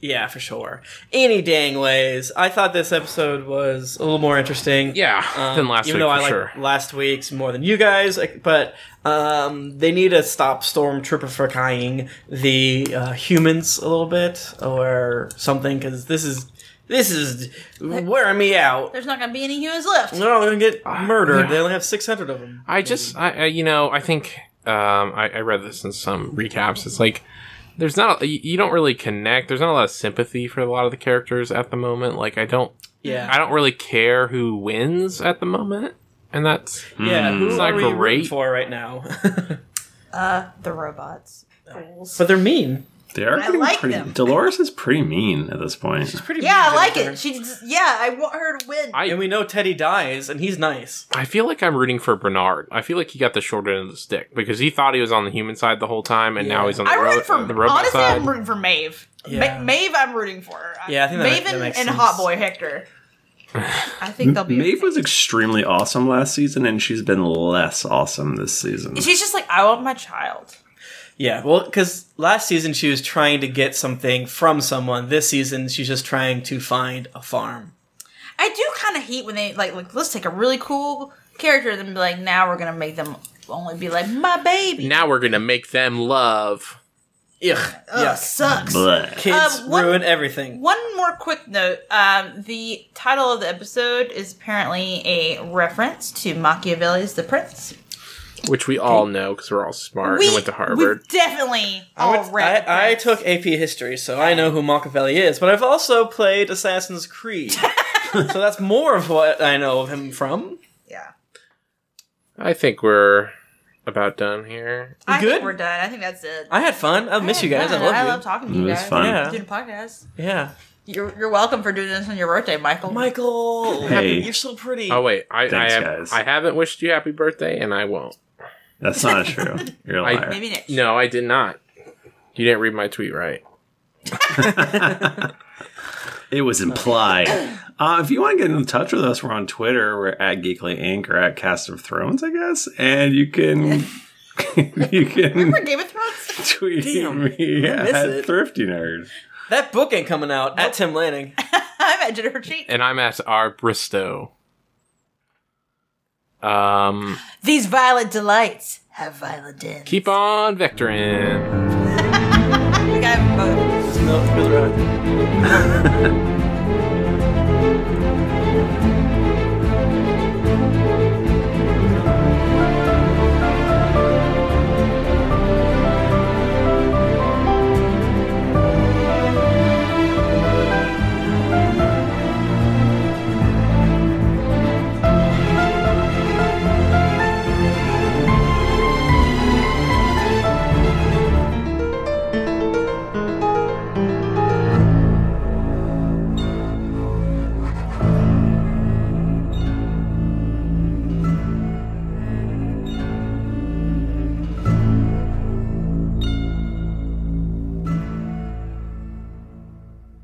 C: Yeah, for sure. Any dang ways. I thought this episode was a little more interesting.
A: Yeah,
C: Um,
A: than last
C: even
A: week for
C: though I like
A: sure.
C: last week's more than you guys, like, but um, they need to stop stormtrooperifying the uh, humans a little bit or something because this is this is wearing me out.
D: There's not gonna be any humans left.
C: They're all gonna get
D: Ah,
C: murdered. They only have six hundred of them.
A: I just, I, I, you know, I think um, I, I read this in some recaps. It's like there's not, a, you you don't really connect. There's not a lot of sympathy for a lot of the characters at the moment. Like I don't, I
C: Yeah,
A: don't really care who wins at the moment, and that's
C: yeah. Who
A: Hmm, It's
C: are
A: not
C: we rooting
A: great.
C: for right now?
D: Uh, the robots. Fools.
C: but they're mean.
B: They are
D: I
B: getting
D: like
B: pretty.
D: them.
B: Dolores is pretty mean at this point.
C: Pretty
D: Yeah,
C: mean
D: I like
C: Jennifer.
D: it. She just, yeah, I want her to win.
A: I,
C: And we know Teddy dies, and he's nice.
A: I feel like I'm rooting for Bernard. I feel like he got the short end of the stick because he thought he was on the human side the whole time, and now
C: Yeah.
A: he's on the,
D: I'm
A: ro-
D: rooting for.
A: the robot
D: honestly,
A: side.
D: I'm rooting for Maeve.
C: Yeah.
D: Ma- Maeve, I'm rooting for. her.
C: Yeah, I think that
D: Maeve
C: ma- that
D: and,
C: makes
D: and
C: sense.
D: Hot Boy Hector. I think they'll be.
B: Maeve was
D: okay.
B: extremely awesome last season, and she's been less awesome this season.
D: She's just like, I want my child.
C: Yeah, well, because last season she was trying to get something from someone. This season she's just trying to find a farm.
D: I do kind of hate when they like, like, let's take a really cool character and then be like, now we're gonna make them only be like my baby.
A: now we're gonna make them love.
C: Ugh,
D: Ugh,
C: yuck.
D: sucks.
B: Blech.
C: Kids
D: Uh, what-
C: ruin everything.
D: One more quick note: um, the title of the episode is apparently a reference to Machiavelli's *The Prince*.
A: Which we all know because we're all smart and went to Harvard.
D: we've definitely
C: I,
D: all
C: went-
D: read. The
C: I, I
D: Prince.
C: took AP History, so I know who Machiavelli is, but I've also played Assassin's Creed. so that's more of what I know of him from.
D: Yeah,
A: I think we're about done here.
D: I
C: good?
D: think we're done. I think that's it.
C: I had fun. I miss you guys. I love
D: I
C: you.
D: love talking to
B: It
D: you
B: was
D: guys.
B: fun.
C: Yeah.
D: Doing a podcast.
C: yeah.
D: You're, you're welcome for doing this on your birthday, Michael.
C: Michael,
B: Hey.
C: you're so pretty.
A: Oh wait, I I,
B: Thanks,
A: have,
B: guys.
A: I haven't wished you happy birthday, and I won't.
B: That's not true. You're a
A: I-
B: liar.
D: Maybe next.
A: No, I did not. You didn't read my tweet right.
B: It was implied. Uh, if you want to get in touch with us, we're on Twitter. We're at Geekly Inc. or at Cast of Thrones, I guess. And you can you can
D: Remember Game of Thrones?
B: tweet
C: Damn,
B: me
C: I miss
B: at
C: it.
B: Thrifty Nerd.
C: That book ain't coming out at Tim Lanning.
D: I'm at Jennifer Cheat.
A: And I'm at R Bristow. Um,
D: These violent delights have violent ends.
A: keep on vectoring.
D: I think I have both.
C: No, Miller High.